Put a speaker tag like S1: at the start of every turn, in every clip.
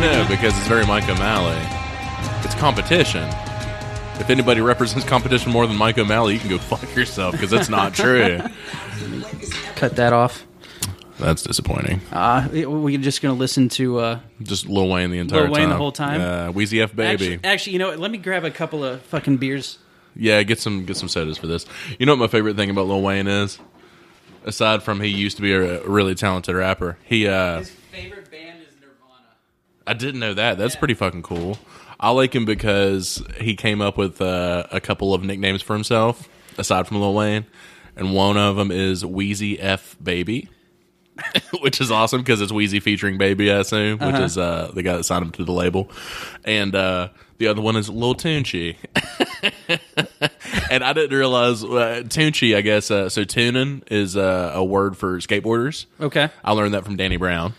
S1: No, because it's very Mike O'Malley. It's competition. If anybody represents competition more than Mike O'Malley, you can go fuck yourself because it's not true.
S2: Cut that off.
S1: That's disappointing.
S2: Uh, we're just going to listen to. Uh,
S1: Just Lil Wayne the entire
S2: Lil Wayne
S1: time.
S2: the whole time?
S1: Yeah, Wheezy F baby.
S2: Actually, uh, actually, you know what? Let me grab a couple of fucking beers.
S1: Yeah, get some get some sodas for this. You know what my favorite thing about Lil Wayne is? Aside from he used to be a, a really talented rapper, he uh
S2: favorite band is Nirvana.
S1: I didn't know that. That's pretty fucking cool. I like him because he came up with uh, a couple of nicknames for himself aside from Lil Wayne, and one of them is Wheezy F Baby, which is awesome because it's Wheezy featuring Baby, I assume, which is uh, the guy that signed him to the label, and uh, the other one is Lil Tunchi. and I didn't realize uh, Tunchi. I guess uh, so. Tunin is uh, a word for skateboarders.
S2: Okay.
S1: I learned that from Danny Brown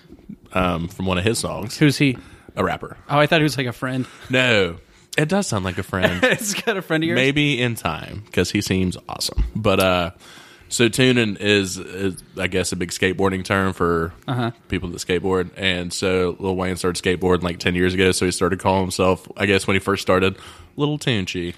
S1: um, from one of his songs,
S2: Who's he?
S1: a rapper.
S2: Oh, I thought he was like a friend.
S1: No, it does sound like a friend.
S2: it's got a friend of yours.
S1: Maybe in time because he seems awesome. But uh, so tuning is, is, I guess, a big skateboarding term for
S2: Uh-huh.
S1: people that skateboard. And so Lil Wayne started skateboarding like ten years ago. So he started calling himself, I guess, when he first started, Little Tunchi.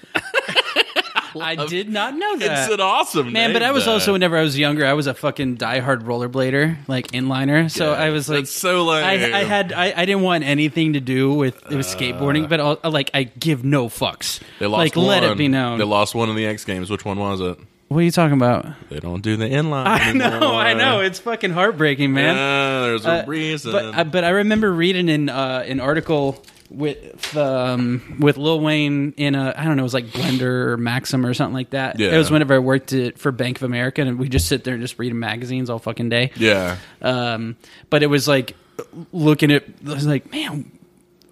S2: I did not know that.
S1: It's an awesome
S2: Man,
S1: name,
S2: but I was
S1: though.
S2: also whenever I was younger, I was a fucking diehard rollerblader, like inliner. So I was like,
S1: that's so lame. Uh.
S2: I, I had, I, I didn't want anything to do with with skateboarding, but I'll, like I give no fucks.
S1: They lost
S2: like, let it
S1: one.
S2: be known.
S1: They lost one in the X Games. Which one was it?
S2: what are you talking about?
S1: They don't do the inline.
S2: I know, I know. It's fucking heartbreaking, man.
S1: Yeah, there's a
S2: Uh,
S1: reason.
S2: But, I- but I remember reading in uh, an article with um, with Lil Wayne in a I don't know it was like Blender or Maxim or something like that.
S1: Yeah.
S2: It was whenever I worked at, for Bank of America and we just sit there and just read magazines all fucking day.
S1: yeah,
S2: Um, but it was like looking at I was like man.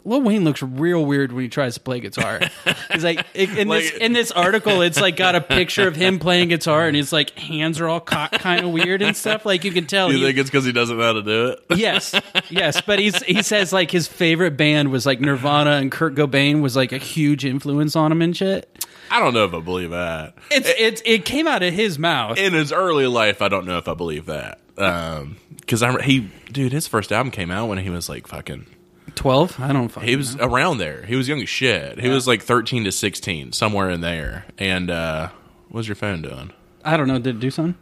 S2: Lil Wayne looks real weird when he tries to play guitar. He's like it- in this
S1: Like-
S2: in this article, it's like got a picture of him playing guitar, and his like hands are all kind of weird and stuff. Like you can tell
S1: you
S2: he-
S1: think it's because he doesn't know how to do it?
S2: Yes, yes, but he's he says like his favorite band was like Nirvana and Kurt Cobain was like a huge influence on him and shit.
S1: I don't know if I believe that.
S2: It's it's it came out of his mouth.
S1: In his early life, I don't know if I believe that. Um, because I he dude, his first album came out when he was like fucking.
S2: Twelve? I don't fucking.
S1: He was around there. He was young as shit. He was like thirteen to sixteen, somewhere in there. And uh, what's your phone doing?
S2: I don't know. Did it do something?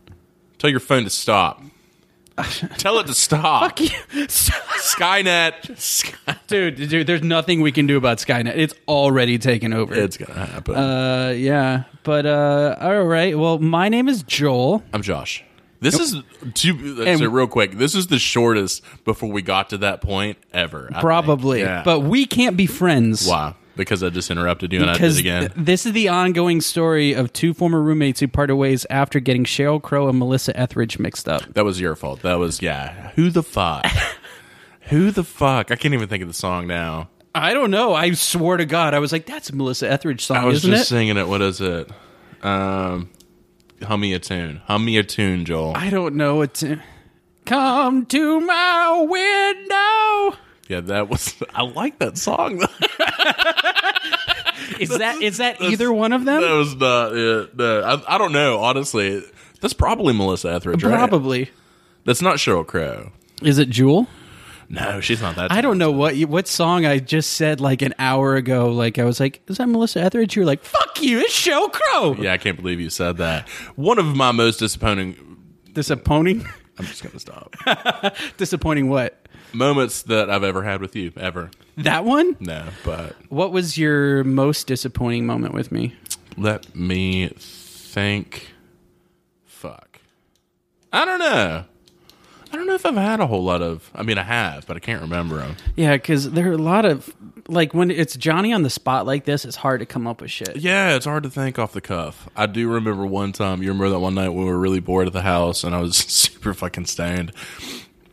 S1: Tell your phone to stop. Tell it to stop. Skynet. Sky-
S2: dude, dude, there's nothing we can do about Skynet. It's already taken over.
S1: It's gonna happen.
S2: uh, yeah, but uh, all right. Well, my name is Joel.
S1: I'm Josh. This is to let's
S2: And-
S1: say real quick. This is the shortest before we got to that point ever. I think.
S2: Probably,
S1: Yeah.
S2: but we can't be friends.
S1: why? Because I just interrupted you and I did
S2: Because
S1: it again.
S2: th- this is the ongoing story of two former roommates who parted ways after getting Cheryl Crow and Melissa Etheridge mixed up.
S1: That was your fault. That was yeah. Who the fuck? Who the fuck? I can't even think of the song now.
S2: I don't know. I swear to God, I was like, "That's a Melissa Etheridge song,
S1: I was
S2: isn't
S1: just
S2: it?"
S1: singing it. What is it? Um, hum me a tune. Hum me a tune, Joel.
S2: I don't know what. To... Come to my window.
S1: yeah, that was. I like that song. that
S2: Is that is that either one of them?
S1: was not it. No, I, I don't know. Honestly, that's probably Melissa Etheridge. right?
S2: Probably.
S1: That's not Cheryl Crow.
S2: Is it Jewel?
S1: No, she's not that.
S2: I don't know what you, what song I just said like an hour ago. Like I was like, "Is that Melissa Etheridge?" You're like, "Fuck you, it's Cheryl Crow."
S1: Yeah, I can't believe you said that. One of my most disappointing.
S2: Disappointing.
S1: I'm just gonna stop.
S2: Disappointing. What?
S1: Moments that I've ever had with you, ever.
S2: That one?
S1: No, but
S2: What was your most disappointing moment with me?
S1: Let me think. Fuck. I don't know. I don't know if I've had a whole lot of. I mean, I have, but I can't remember them.
S2: Yeah, because there are a lot of like when it's Johnny on the spot like this, it's hard to come up with shit.
S1: Yeah, it's hard to think off the cuff. I do remember one time. You remember that one night we were really bored at the house, and I was super fucking stoned,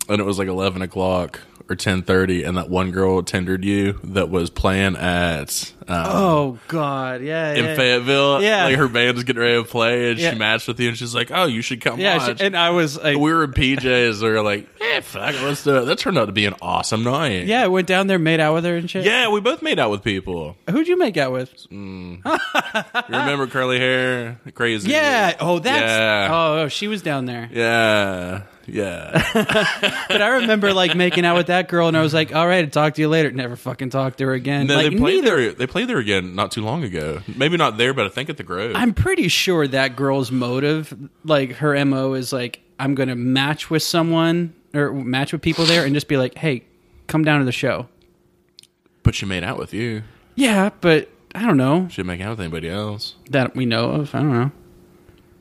S1: and it was like eleven o'clock or ten thirty, and that one girl tendered you that was playing at uh,
S2: oh God, yeah,
S1: in
S2: yeah.
S1: Fayetteville.
S2: Yeah.
S1: like her band's getting ready to play, and
S2: Yeah.
S1: she matched with you, and she's like, "Oh, you should come
S2: yeah.
S1: watch."
S2: She, and I was like,
S1: we were in PJs. They're like, "Eh, fuck, it, let's do it." That turned out to be an awesome night.
S2: yeah, I went down there, made out with her and shit.
S1: yeah, we both made out with people.
S2: Who'd you make out with?
S1: You remember curly hair, crazy?
S2: Ah. Yeah. Oh, that's.
S1: Yeah.
S2: Oh, oh, she was down there.
S1: yeah, yeah.
S2: But I remember like making out with that girl, and I was like, "All right, I'll talk to you later." Never fucking talked to her again.
S1: No,
S2: like
S1: they played
S2: neither.
S1: there. They played there again not too long ago. Maybe not there, but I think at the Grove.
S2: I'm pretty sure that girl's motive, like her mo, is like, "I'm going to match with someone or match with people there, and just be like, hey, come down to the show."
S1: but she made out with you.
S2: Yeah, but I don't know
S1: She didn't make out with anybody else.
S2: that we know of. I don't know.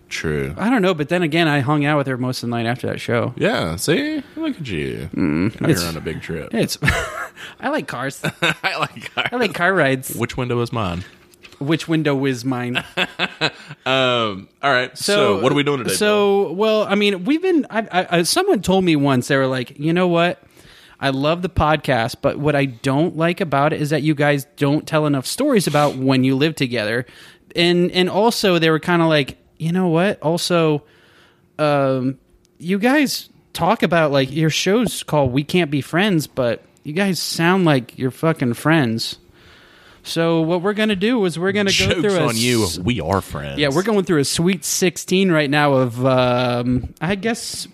S1: True.
S2: I don't know. But then again, I hung out with her most of the night after that show.
S1: Yeah. See, look at you. Out
S2: Mm, it's-
S1: here on a big trip.
S2: It's. I like cars.
S1: I like. cars.
S2: I like car rides.
S1: Which window is mine?
S2: Which window is mine?
S1: Um. All right. So, what are we doing today? Bill?
S2: So, well, I mean, we've been. I, I, I, someone told me once they were like, you know what? I love the podcast, but what I don't like about it is that you guys don't tell enough stories about when you live together, and and also they were kind of like, you know what? Also, um, you guys talk about like your show's called "We Can't Be Friends," but you guys sound like you're fucking friends. So what we're gonna do is we're gonna go
S1: jokes
S2: through a
S1: on you.
S2: s-
S1: We are friends.
S2: yeah, we're going through a sweet 16 right now of um I guess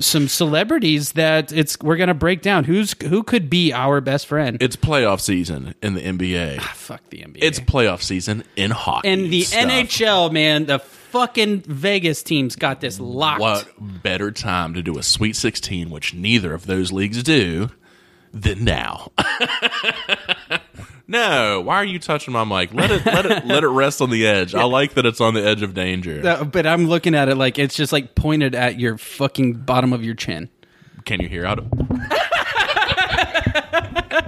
S2: some celebrities that it's we're going to break down who's who could be our best friend.
S1: It's playoff season in the NBA.
S2: Fuck the NBA.
S1: It's playoff season in hockey.
S2: and the
S1: stuff.
S2: NHL, man, the fucking Vegas teams got this locked.
S1: What better time to do a Sweet 16, which neither of those leagues do, than now? no, why are you touching my mic? Let it, let it, let it rest on the edge. I like that it's on the edge of danger.
S2: Uh, but I'm looking at it like it's just like pointed at your fucking bottom of your chin.
S1: Can you hear out?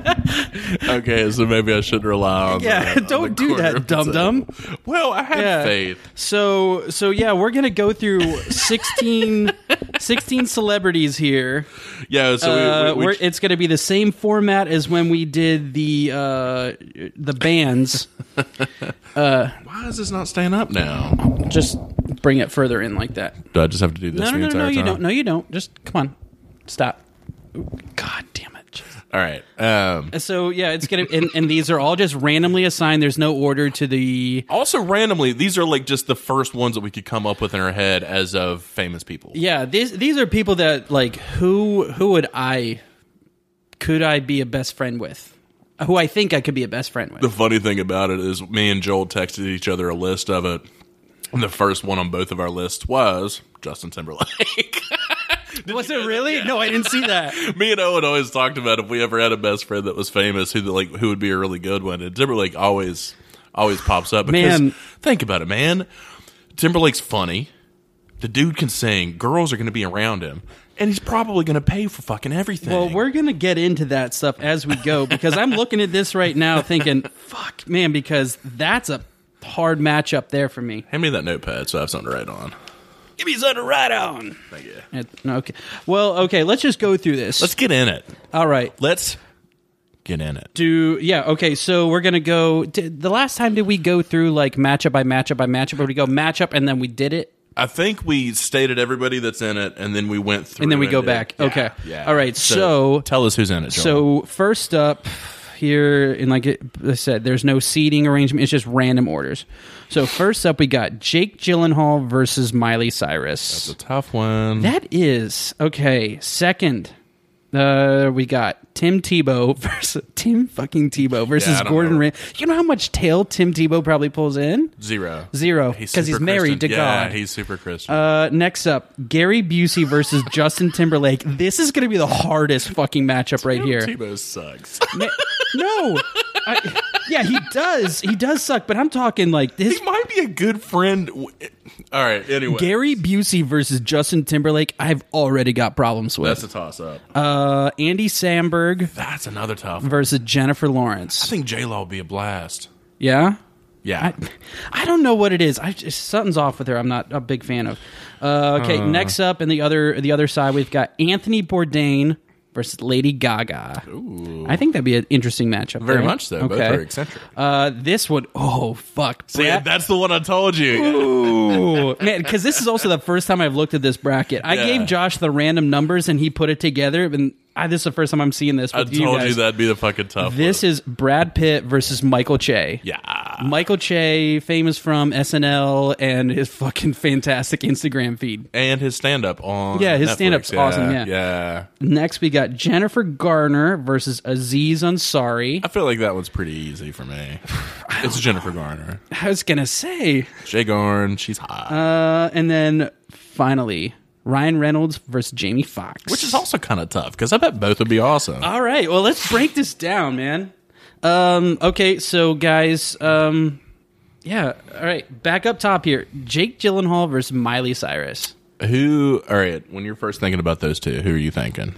S1: okay, so maybe I shouldn't rely on.
S2: Yeah,
S1: the- on
S2: don't
S1: the
S2: do
S1: corner
S2: that,
S1: of the table.
S2: dum-dum.
S1: Well, I have
S2: Yeah.
S1: faith.
S2: So so yeah, we're going to go through 16 16 celebrities here.
S1: Yeah, so we-
S2: Uh,
S1: we, we,
S2: we're, it's going to be the same format as when we did the uh, the bands.
S1: why is this not staying up now?
S2: just bring it further in like that.
S1: Do I just have to do this
S2: No,
S1: the
S2: no, no,
S1: entire
S2: no.
S1: time?
S2: You don't. No, you don't. Just come on. Stop. God damn it.
S1: All right. Um,
S2: So yeah, it's gonna and, and these are all just randomly assigned. There's no order to the
S1: also, randomly, these are like just the first ones that we could come up with in our head as of famous people.
S2: yeah. These these are people that like who who would I could I be a best friend with? Who I think I could be a best friend with?
S1: The funny thing about it is, me and Joel texted each other a list of it. And the first one on both of our lists was Justin Timberlake.
S2: Was it really? No, I didn't see that.
S1: me and Owen always talked about if we ever had a best friend that was famous, who like who would be a really good one. And Timberlake always always pops up. Because
S2: Man.
S1: think about it, man. Timberlake's funny. The dude can sing. Girls are going to be around him, and he's probably going to pay for fucking everything.
S2: Well, we're going to get into that stuff as we go because I'm looking at this right now thinking, fuck, man, because that's a hard matchup there for me.
S1: hand me that notepad so I have something to write on.
S2: Give me something right on.
S1: Thank you.
S2: Okay. Well, okay, let's just go through this.
S1: Let's get in it.
S2: All right.
S1: Let's get in it.
S2: Do yeah okay so we're gonna go did, the last time did we go through like matchup by matchup by matchup or we go matchup and then we did it
S1: I think we stated everybody that's in it, and then we went through,
S2: and then we go
S1: did-
S2: back
S1: Yeah,
S2: okay
S1: Yeah.
S2: all right so
S1: tell us who's in it.
S2: So
S1: Joel.
S2: first up here, and like it- I said, there's no seating arrangement. It's just random orders. So first up, we got Jake Gyllenhaal versus Miley Cyrus.
S1: it's a tough one.
S2: that is okay. Second, uh, we got Tim Tebow versus Tim fucking Tebow versus
S1: I don't
S2: Gordon
S1: know.
S2: Ramsay. You know how much tail Tim Tebow probably pulls in?
S1: Zero.
S2: Zero, because he's,
S1: super
S2: married to
S1: Christian. yeah,
S2: God.
S1: he's super Christian.
S2: Uh, next up, Gary Busey versus Justin Timberlake. This is going to be the hardest fucking matchup right here.
S1: Tebow sucks.
S2: Ma- no. I, yeah, he does. He does suck, but I'm talking like his
S1: he might be a good friend. w- eh, All right. Anyway,
S2: Gary Busey versus Justin Timberlake. I've already got problems
S1: that's
S2: with
S1: a toss up.
S2: uh, Andy Samberg
S1: that's another tough. one.
S2: versus Jennifer
S1: I
S2: Lawrence.
S1: think J Law would be a blast.
S2: Yeah.
S1: Yeah.
S2: I don't know what it is. I just, something's off with her. I'm not a
S1: Uh.
S2: big fan of. Uh, okay, next up, and the other the other side, we've got Anthony Bourdain versus Lady Gaga. Ooh. I think that'd be an interesting matchup.
S1: Very
S2: right?
S1: much so. Both are eccentric.
S2: Uh, this would oh fuck,
S1: See,
S2: Brad.
S1: that's the one I told you.
S2: Ooh, man, because this is also the first time I've looked at this bracket. I
S1: Yeah.
S2: gave Josh the random numbers and he put it together, and I, this is the first time I'm seeing this.
S1: I
S2: With
S1: told
S2: you guys.
S1: you that'd be the fucking tough.
S2: This
S1: one.
S2: is Brad Pitt versus Michael Che.
S1: yeah.
S2: Michael Che, famous from SNL and his fucking fantastic Instagram feed.
S1: And his stand up on
S2: Yeah, his
S1: Netflix.
S2: stand-up's awesome, yeah.
S1: yeah.
S2: Next, we got Jennifer Garner versus Aziz Ansari.
S1: I feel like that one's pretty easy for me. It's Jennifer Garner.
S2: I was gonna say,
S1: Jay Garn, she's hot.
S2: uh, and then finally Ryan Reynolds versus Jamie Foxx,
S1: which is also kind of tough because I bet both would be awesome.
S2: All right. Well, let's break this down, man. Um, okay, so guys, um, yeah. All right, back up top here: Jake Gyllenhaal versus Miley Cyrus.
S1: who? All right. When you're first thinking about those two, who are you thinking?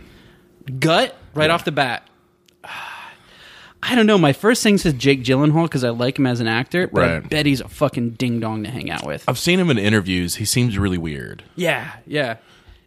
S2: Gut right off the bat. I don't know. My first thing says Jake Gyllenhaal because I like him as an actor, but I
S1: Right. Uh,
S2: bet he's a fucking ding dong to hang out with.
S1: I've seen him in interviews. He seems really weird.
S2: Yeah, yeah.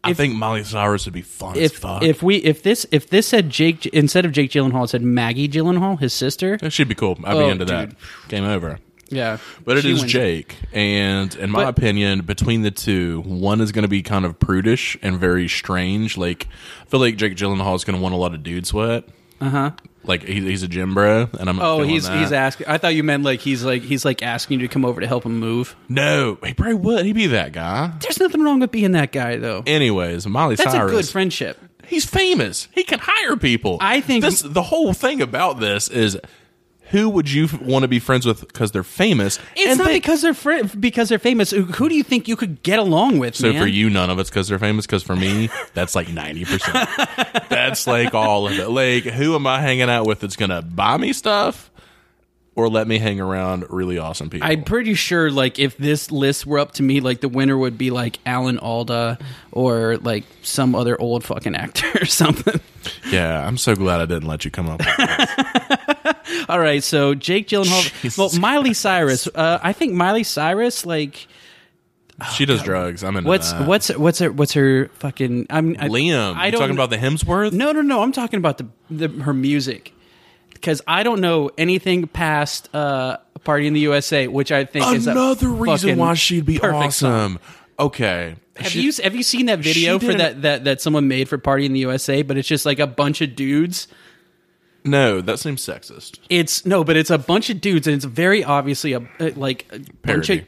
S1: I think Molly Cyrus would be fun as
S2: If
S1: fuck.
S2: if we if this if this said Jake instead of Jake Gyllenhaal, it said Maggie Gyllenhaal, his sister.
S1: that should be cool. I'd
S2: Oh,
S1: be into that. Game over.
S2: Yeah,
S1: But it
S2: She
S1: is
S2: wins.
S1: Jake, and in my
S2: But-
S1: opinion, between the two, one is going to be kind of prudish and very strange. Like I feel like Jake Gyllenhaal is going to want a lot of dude sweat. Uh huh. Like he, he's a gym bro, and I'm. not
S2: Uh-huh. Oh,
S1: feeling
S2: he's
S1: that.
S2: he's asking. I thought you meant like he's like he's like asking you to come over to help him move.
S1: no. He probably would. He'd be that guy.
S2: There's nothing wrong with being that guy though.
S1: Anyways, Molly
S2: That's
S1: Cyrus.
S2: a good friendship.
S1: He's famous. He can hire people.
S2: I think-
S1: this. The whole thing about this is, who would you f- want to be friends with because they're famous?
S2: It's
S1: And
S2: not
S1: they-
S2: because they're fri because they're famous. Who- Who do you think you could get along with?
S1: So
S2: man?
S1: for you, none of it's because they're famous. Because for me, that's like ninety percent. That's like all of it. Like, who am I hanging out with that's gonna buy me stuff or let me hang around really awesome people?
S2: I'm pretty sure like if this list were up to me, like the winner would be like Alan Alda or like some other old fucking actor or something.
S1: yeah, I'm so glad I didn't let you come up. with that.
S2: All right, so Jake Gyllenhaal.
S1: Jesus
S2: well, Miley Cyrus. Uh, I think Miley Cyrus like.
S1: she does drugs. I'm in.
S2: What's
S1: that.
S2: what's what's her what's her fucking? I'm I,
S1: Uh, Liam?
S2: I
S1: you
S2: don't
S1: talking about the Hemsworth?
S2: No, no, no. I'm talking about the, the her music because I don't know anything past uh, "Party in the USA," which I think is
S1: another
S2: a
S1: reason
S2: fucking
S1: why she'd be
S2: perfect song.
S1: awesome. Okay.
S2: Have
S1: She-
S2: you have you seen that video
S1: she
S2: for
S1: did an-
S2: that, that that someone made for "Party in the USA"? But it's just like a bunch of dudes.
S1: No, that seems sexist.
S2: It's no, but it's a bunch of dudes, and it's very obviously a uh, like a bunch of.
S1: Parody.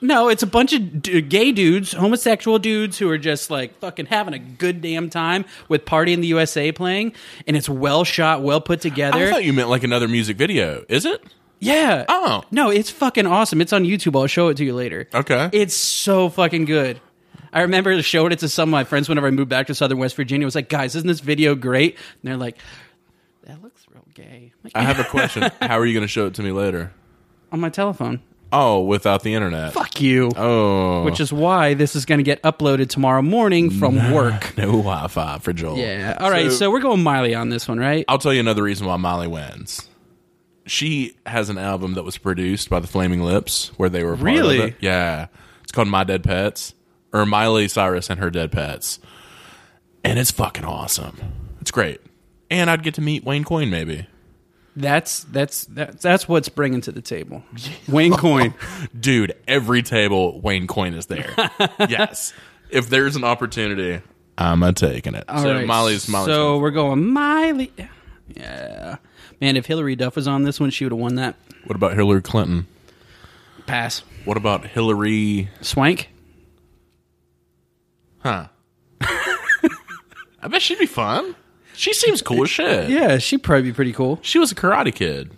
S2: No, it's a bunch of d- gay dudes, homosexual dudes who are just like fucking having a good damn time with "Party in the USA" playing, and it's well shot, well put together.
S1: I thought you meant like another music video. Is it?
S2: Yeah.
S1: Oh.
S2: No, it's fucking awesome. It's on YouTube. I'll show it to you later.
S1: Okay.
S2: It's so fucking good. I remember showing it to some of my friends whenever I moved back to Southern West Virginia. I was like, guys, isn't this video great? And they're like, that looks real gay. I'm
S1: I
S2: like,
S1: have a question. How are you going to show it to me later?
S2: on my telephone.
S1: Oh, without the internet.
S2: Fuck you.
S1: Oh.
S2: Which is why this is going to get uploaded tomorrow morning from work.
S1: no Wi Fi for Joel.
S2: Yeah. All right. So, we're going Miley on this one, right?
S1: I'll tell you another reason why Molly wins. She has an album that was produced by the Flaming Lips where they were part of
S2: Really?
S1: it. Yeah. It's called My Dead Pets or Miley Cyrus and Her Dead Pets. And it's fucking awesome. It's great. And I'd get to meet Wayne Coyne maybe.
S2: That's that's that's, that's what's bringing to the table. Wayne Coin.
S1: Dude, every table Wayne Coyne is there. yes. If there's an opportunity, I'm a taking it.
S2: All
S1: so
S2: right,
S1: Molly's Molly's
S2: So we're going Miley. Yeah, man. If Hillary Duff was on this one, she would have won that.
S1: What about Hillary Clinton?
S2: Pass.
S1: What about Hillary?
S2: Swank.
S1: Huh. I bet she'd be fun. She seems cool as shit.
S2: Yeah, she'd probably be pretty cool.
S1: She was a karate kid.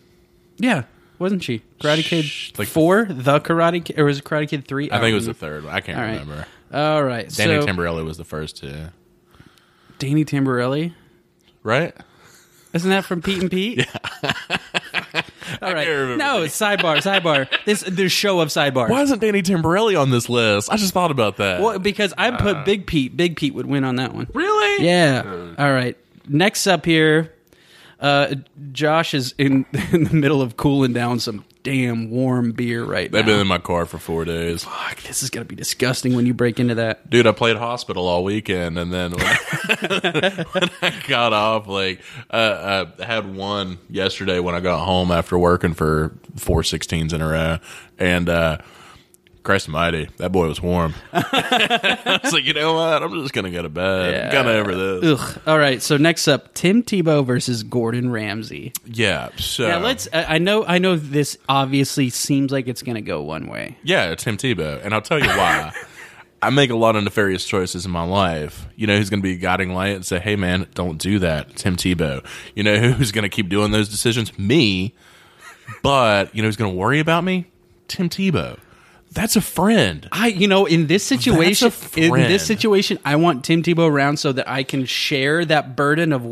S2: Yeah, wasn't she? Karate Kid
S1: Shh, like-
S2: four, the Karate Kid, or was it Karate Kid three? Um,
S1: I think it was the third one. I can't
S2: All right.
S1: remember.
S2: All right.
S1: Danny
S2: so
S1: Tamborello was the first two.
S2: Danny Tamborelli.
S1: Right?
S2: Isn't that from Pete and Pete? yeah. All right.
S1: can't remember.
S2: No, sidebar, sidebar. This this show of sidebar.
S1: Why isn't Danny Tamborelli on this list? I just thought about that.
S2: Well, because I
S1: Uh.
S2: put Big Pete. Big Pete would win on that one.
S1: Really?
S2: Yeah. All right. uh, Next up here, uh, Josh is in, in the middle of cooling down some damn warm beer right
S1: They've
S2: now.
S1: been in my car for four days.
S2: Fuck, this is gonna be disgusting when you break into that.
S1: Dude, I played hospital all weekend, and then when I, when I got off, like uh, I had one yesterday when I got home after working for four 16s in a row, and uh, Christ Almighty, that boy was warm. I was like, you know what? I'm just gonna go to bed.
S2: Yeah.
S1: Got over this.
S2: Ugh. All right. So next up, Tim Tebow versus Gordon Ramsay.
S1: Yeah. So
S2: Yeah, let's. I I know. I know. This obviously seems like it's going to go one way.
S1: Yeah, Tim Tebow. And I'll tell you why. I make a lot of nefarious choices in my life. You know who's going to be a guiding light and say, hey, man, don't do that? Tim Tebow. You know who's going to keep doing those decisions? Me. But, you know who's going to worry about me? Tim Tebow. That's a friend.
S2: I, you know, in this situation,
S1: That's a
S2: in
S1: friend.
S2: this situation, I want Tim Tebow around so that I can share that burden of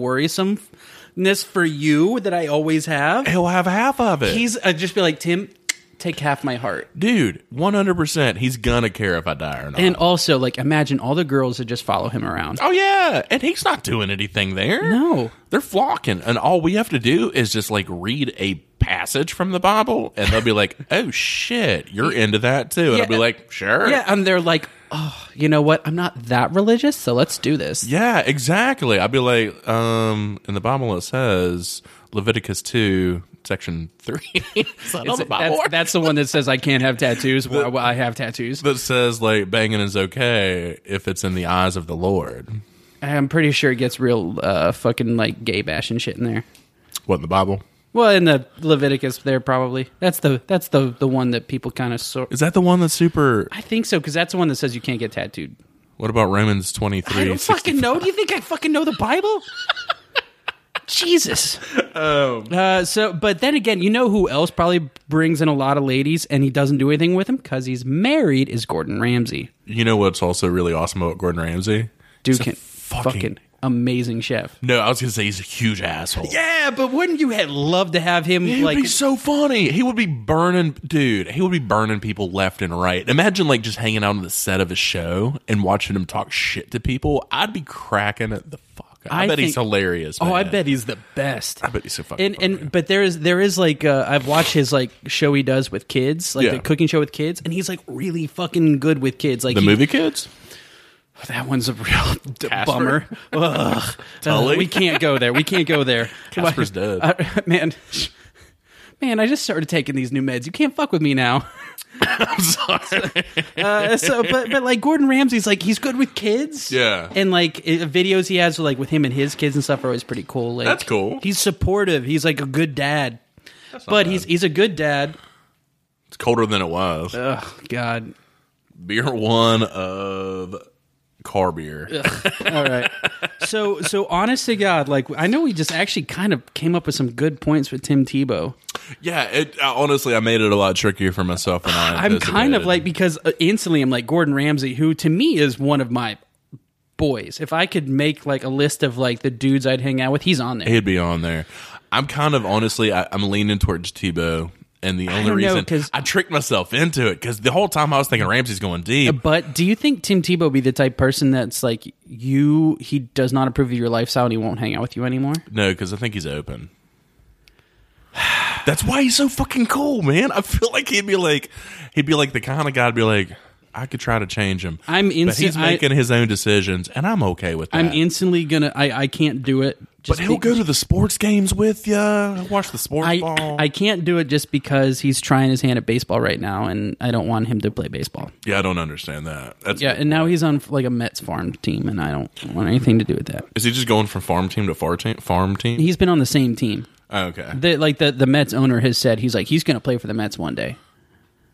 S2: worrisomeness for you that I always have.
S1: He'll have half of it.
S2: He's I'd just be like Tim, take half my heart.
S1: Dude, 100%. He's going to care if I die or not.
S2: And also, like, imagine all the girls that just follow him around.
S1: oh, yeah. And he's not doing anything there.
S2: No.
S1: They're flocking. And all we have to do is just like read a passage from the Bible and they'll be like, oh shit, you're into that too. And I'll be
S2: Yeah.
S1: like, sure.
S2: Yeah, and they're like, oh, you know what? I'm not that religious, so let's do this.
S1: Yeah, exactly. I'd be like, um, in the Bible it says Leviticus 2, section 3. It's not on
S2: It's-
S1: the Bible.
S2: that's, that's the one that says I can't have tattoos. Well, I have tattoos.
S1: that says like banging is okay if it's in the eyes of the Lord.
S2: I'm pretty sure it gets real uh, fucking like gay bash and shit in there.
S1: What in the Bible?
S2: Well, in the Leviticus, there probably that's the that's the the one that people kind of sort.
S1: Is that the one that's super?
S2: I think so because that's the one that says you can't get tattooed.
S1: What about Romans twenty
S2: I
S1: three?
S2: don't fucking know. Do you think I fucking know the Bible? Jesus.
S1: Um,
S2: Uh, so, but then again, you know who else probably brings in a lot of ladies, and he doesn't do anything with them because he's married. Is Gordon Ramsay?
S1: You know what's also really awesome about Gordon Ramsay?
S2: Dude
S1: He's a
S2: can
S1: fucking-
S2: fucking, amazing chef.
S1: No, I was gonna say he's a huge asshole.
S2: Yeah, but wouldn't you have love to have him
S1: He'd
S2: like
S1: be so funny. He would be burning, dude. He would be burning people left and right. Imagine like just hanging out on the set of a show and watching him talk shit to people. I'd be cracking it the fuck. up. I,
S2: I
S1: bet he's
S2: think-
S1: hilarious.
S2: Oh, I
S1: man.
S2: bet he's the best.
S1: I bet he's so fucking.
S2: and
S1: funny.
S2: and but there is there is like uh, I've watched his like show he does with kids, like
S1: Yeah.
S2: the cooking show with kids, and he's like really fucking good with kids. Like
S1: the
S2: he-
S1: movie kids.
S2: that one's a real d-
S1: Casper?
S2: bummer. Ugh.
S1: Tully?
S2: Uh, we can't go there. We can't go there.
S1: Casper's dead.
S2: Uh, man, man, I just started taking these new meds. You can't fuck with me now.
S1: I'm sorry.
S2: Uh, so, but but like Gordon Ramsay's like he's good with kids.
S1: Yeah.
S2: and like i- videos he has like with him and his kids and stuff are always pretty cool. Like
S1: That's cool.
S2: He's supportive. He's like a good dad. But he's he's a good dad.
S1: it's colder than it was.
S2: Oh God.
S1: Beer one of car beer.
S2: All right. So so honest to God, like I know we just actually kind of came up with some good points with Tim Tebow.
S1: Yeah, it, I, honestly, I made it a lot trickier for myself than I.
S2: I'm kind of
S1: anticipated.
S2: like because uh, instantly I'm like Gordon Ramsay, who to me is one of my boys. If I could make like a list of like the dudes I'd hang out with, he's on there.
S1: He'd be on there. I'm kind of honestly, I, I'm leaning towards Tebow, and the only
S2: don't know,
S1: reason
S2: 'cause-
S1: I tricked myself into it because the whole time I was thinking Ramsey's going deep.
S2: But do you think Tim Tebow would be the type person that's like you? He does not approve of your lifestyle, and he won't hang out with you anymore.
S1: No, because I think he's open. That's why he's so fucking cool, man. I feel like he'd be like, he'd be like the kind of guy. would be like, I could try to change him.
S2: I'm
S1: but
S2: instant-
S1: he's
S2: I-
S1: making his own decisions, and I'm okay with that.
S2: I'm instantly gonna. I I can't do it.
S1: but
S2: Just
S1: he'll
S2: be-
S1: go to the sports games with you. Watch the sports
S2: I
S1: ball.
S2: I can't do it just because he's trying his hand at baseball right now, and I don't want him to play baseball.
S1: yeah, I don't understand that. That's
S2: Yeah, and now he's on like a Mets farm team, and I don't want anything to do with that.
S1: Is he just going from farm team to farm team? Farm team.
S2: He's been on the same team.
S1: Oh, okay.
S2: The, like the the Mets owner has said, he's like he's gonna play for the Mets one day.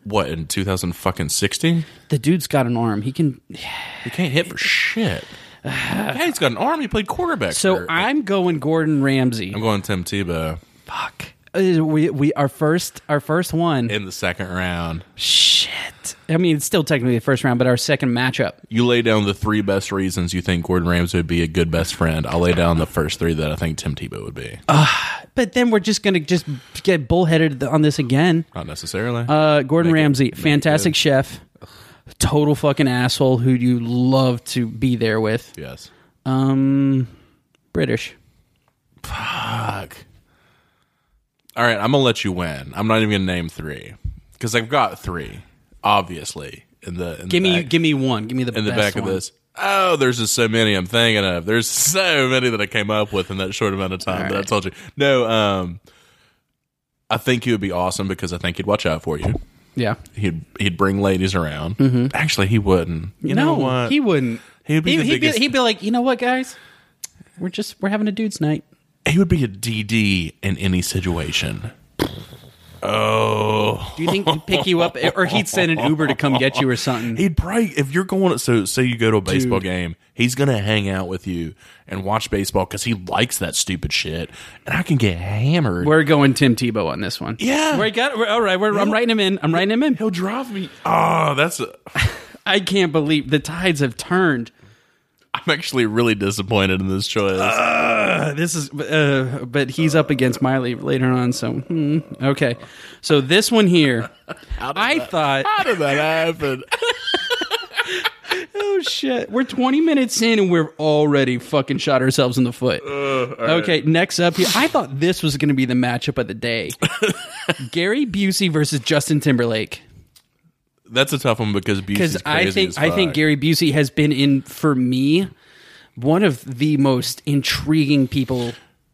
S1: what in 2000 fucking 60
S2: The dude's got an arm. He can.
S1: he can't hit for shit hey he's got an arm he played quarterback
S2: So
S1: for-
S2: I'm going Gordon Ramsay.
S1: i'm going tim tebow
S2: Fuck. Uh, We we our first our first one.
S1: in the second round
S2: Shit. I mean, it's still technically the first round, but our second matchup.
S1: you lay down the three best reasons you think gordon ramsay would be a good best friend i'll lay down the first three that i think tim tebow would be
S2: Uh, But then we're just gonna just get bullheaded on this again.
S1: not necessarily
S2: Uh, Gordon
S1: Make it-
S2: Ramsay,
S1: make it
S2: fantastic
S1: good.
S2: chef, total fucking asshole who you love to be there with.
S1: yes
S2: Um, British.
S1: fuck All right, I'm gonna let you win. I'm not even gonna name three because I've got three, obviously. In the in
S2: Give
S1: the
S2: me,
S1: back,
S2: give me one. Give me the
S1: in the
S2: best
S1: back of
S2: one.
S1: this. Oh, there's just so many I'm thinking of. There's so many that I came up with in that short amount of time that I told you. No, um, I think he would be awesome because I think he'd watch out for you.
S2: Yeah.
S1: He'd he'd bring ladies around. Actually, he wouldn't. You know
S2: Mm-hmm. no,
S1: what?
S2: he wouldn't.
S1: He'd be the
S2: he'd,
S1: biggest-
S2: be, he'd be like, you know what, guys? We're just we're having a dudes' night.
S1: he would be a DD in any situation. Oh,
S2: Do you think he'd pick you up, or he'd send an Uber to come get you or something?
S1: He'd probably if you're going so say you go to a baseball game, he's gonna hang out with you and watch baseball because he likes that stupid shit. And I can get hammered.
S2: We're going Tim Tebow on this one.
S1: Yeah.
S2: we got. We're, all right, we're, I'm writing him in. I'm writing him in.
S1: He'll drive me. Oh, that's. A,
S2: I can't believe the tides have turned.
S1: I'm actually really disappointed in this choice.
S2: Uh, this is, uh, but he's up against Miley later on. So hmm, okay, so this one here, I thought,
S1: How did that happen?
S2: oh shit, we're 20 minutes in and we're already fucking shot ourselves in the foot. okay, next up here, I thought this was going to be the matchup of the day: Gary Busey versus Justin Timberlake.
S1: That's a tough one because
S2: because
S1: Busey's crazy
S2: I think
S1: as
S2: I think
S1: fuck.
S2: Gary Busey has been in for me one of the most intriguing people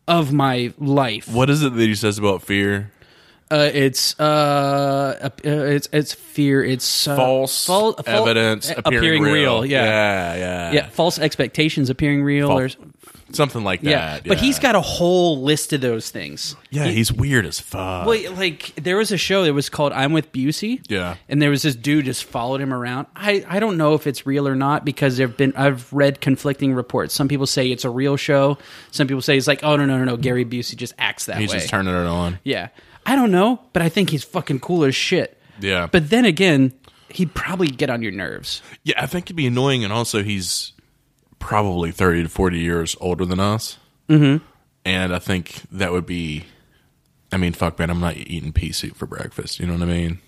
S2: of my life.
S1: What is it that he says about fear?
S2: Uh, it's uh, uh, it's it's fear. It's uh,
S1: False
S2: fal- fal-
S1: evidence
S2: uh,
S1: appearing, real.
S2: Yeah.
S1: yeah, yeah,
S2: yeah, False expectations appearing real. or,
S1: Fal- something like
S2: yeah.
S1: that.
S2: but he's got a whole list of those things.
S1: Yeah, he's weird as fuck.
S2: Well, like there was a show that was called "I'm with Busey."
S1: Yeah.
S2: and there was this dude just followed him around. I I don't know if it's real or not because there've been I've read conflicting reports. Some people say it's a real show. Some people say it's like, oh no no no no, Gary Busey just acts that
S1: he's
S2: way.
S1: just turning it on.
S2: yeah, I don't know, but I think he's fucking cool as shit.
S1: Yeah.
S2: but then again, he'd probably get on your nerves.
S1: Yeah, I think it'd be annoying, and also he's probably thirty to forty years older than us. Mm-hmm. And I think that would be. I mean, fuck, man, I'm not eating pea soup for breakfast. You know what I mean?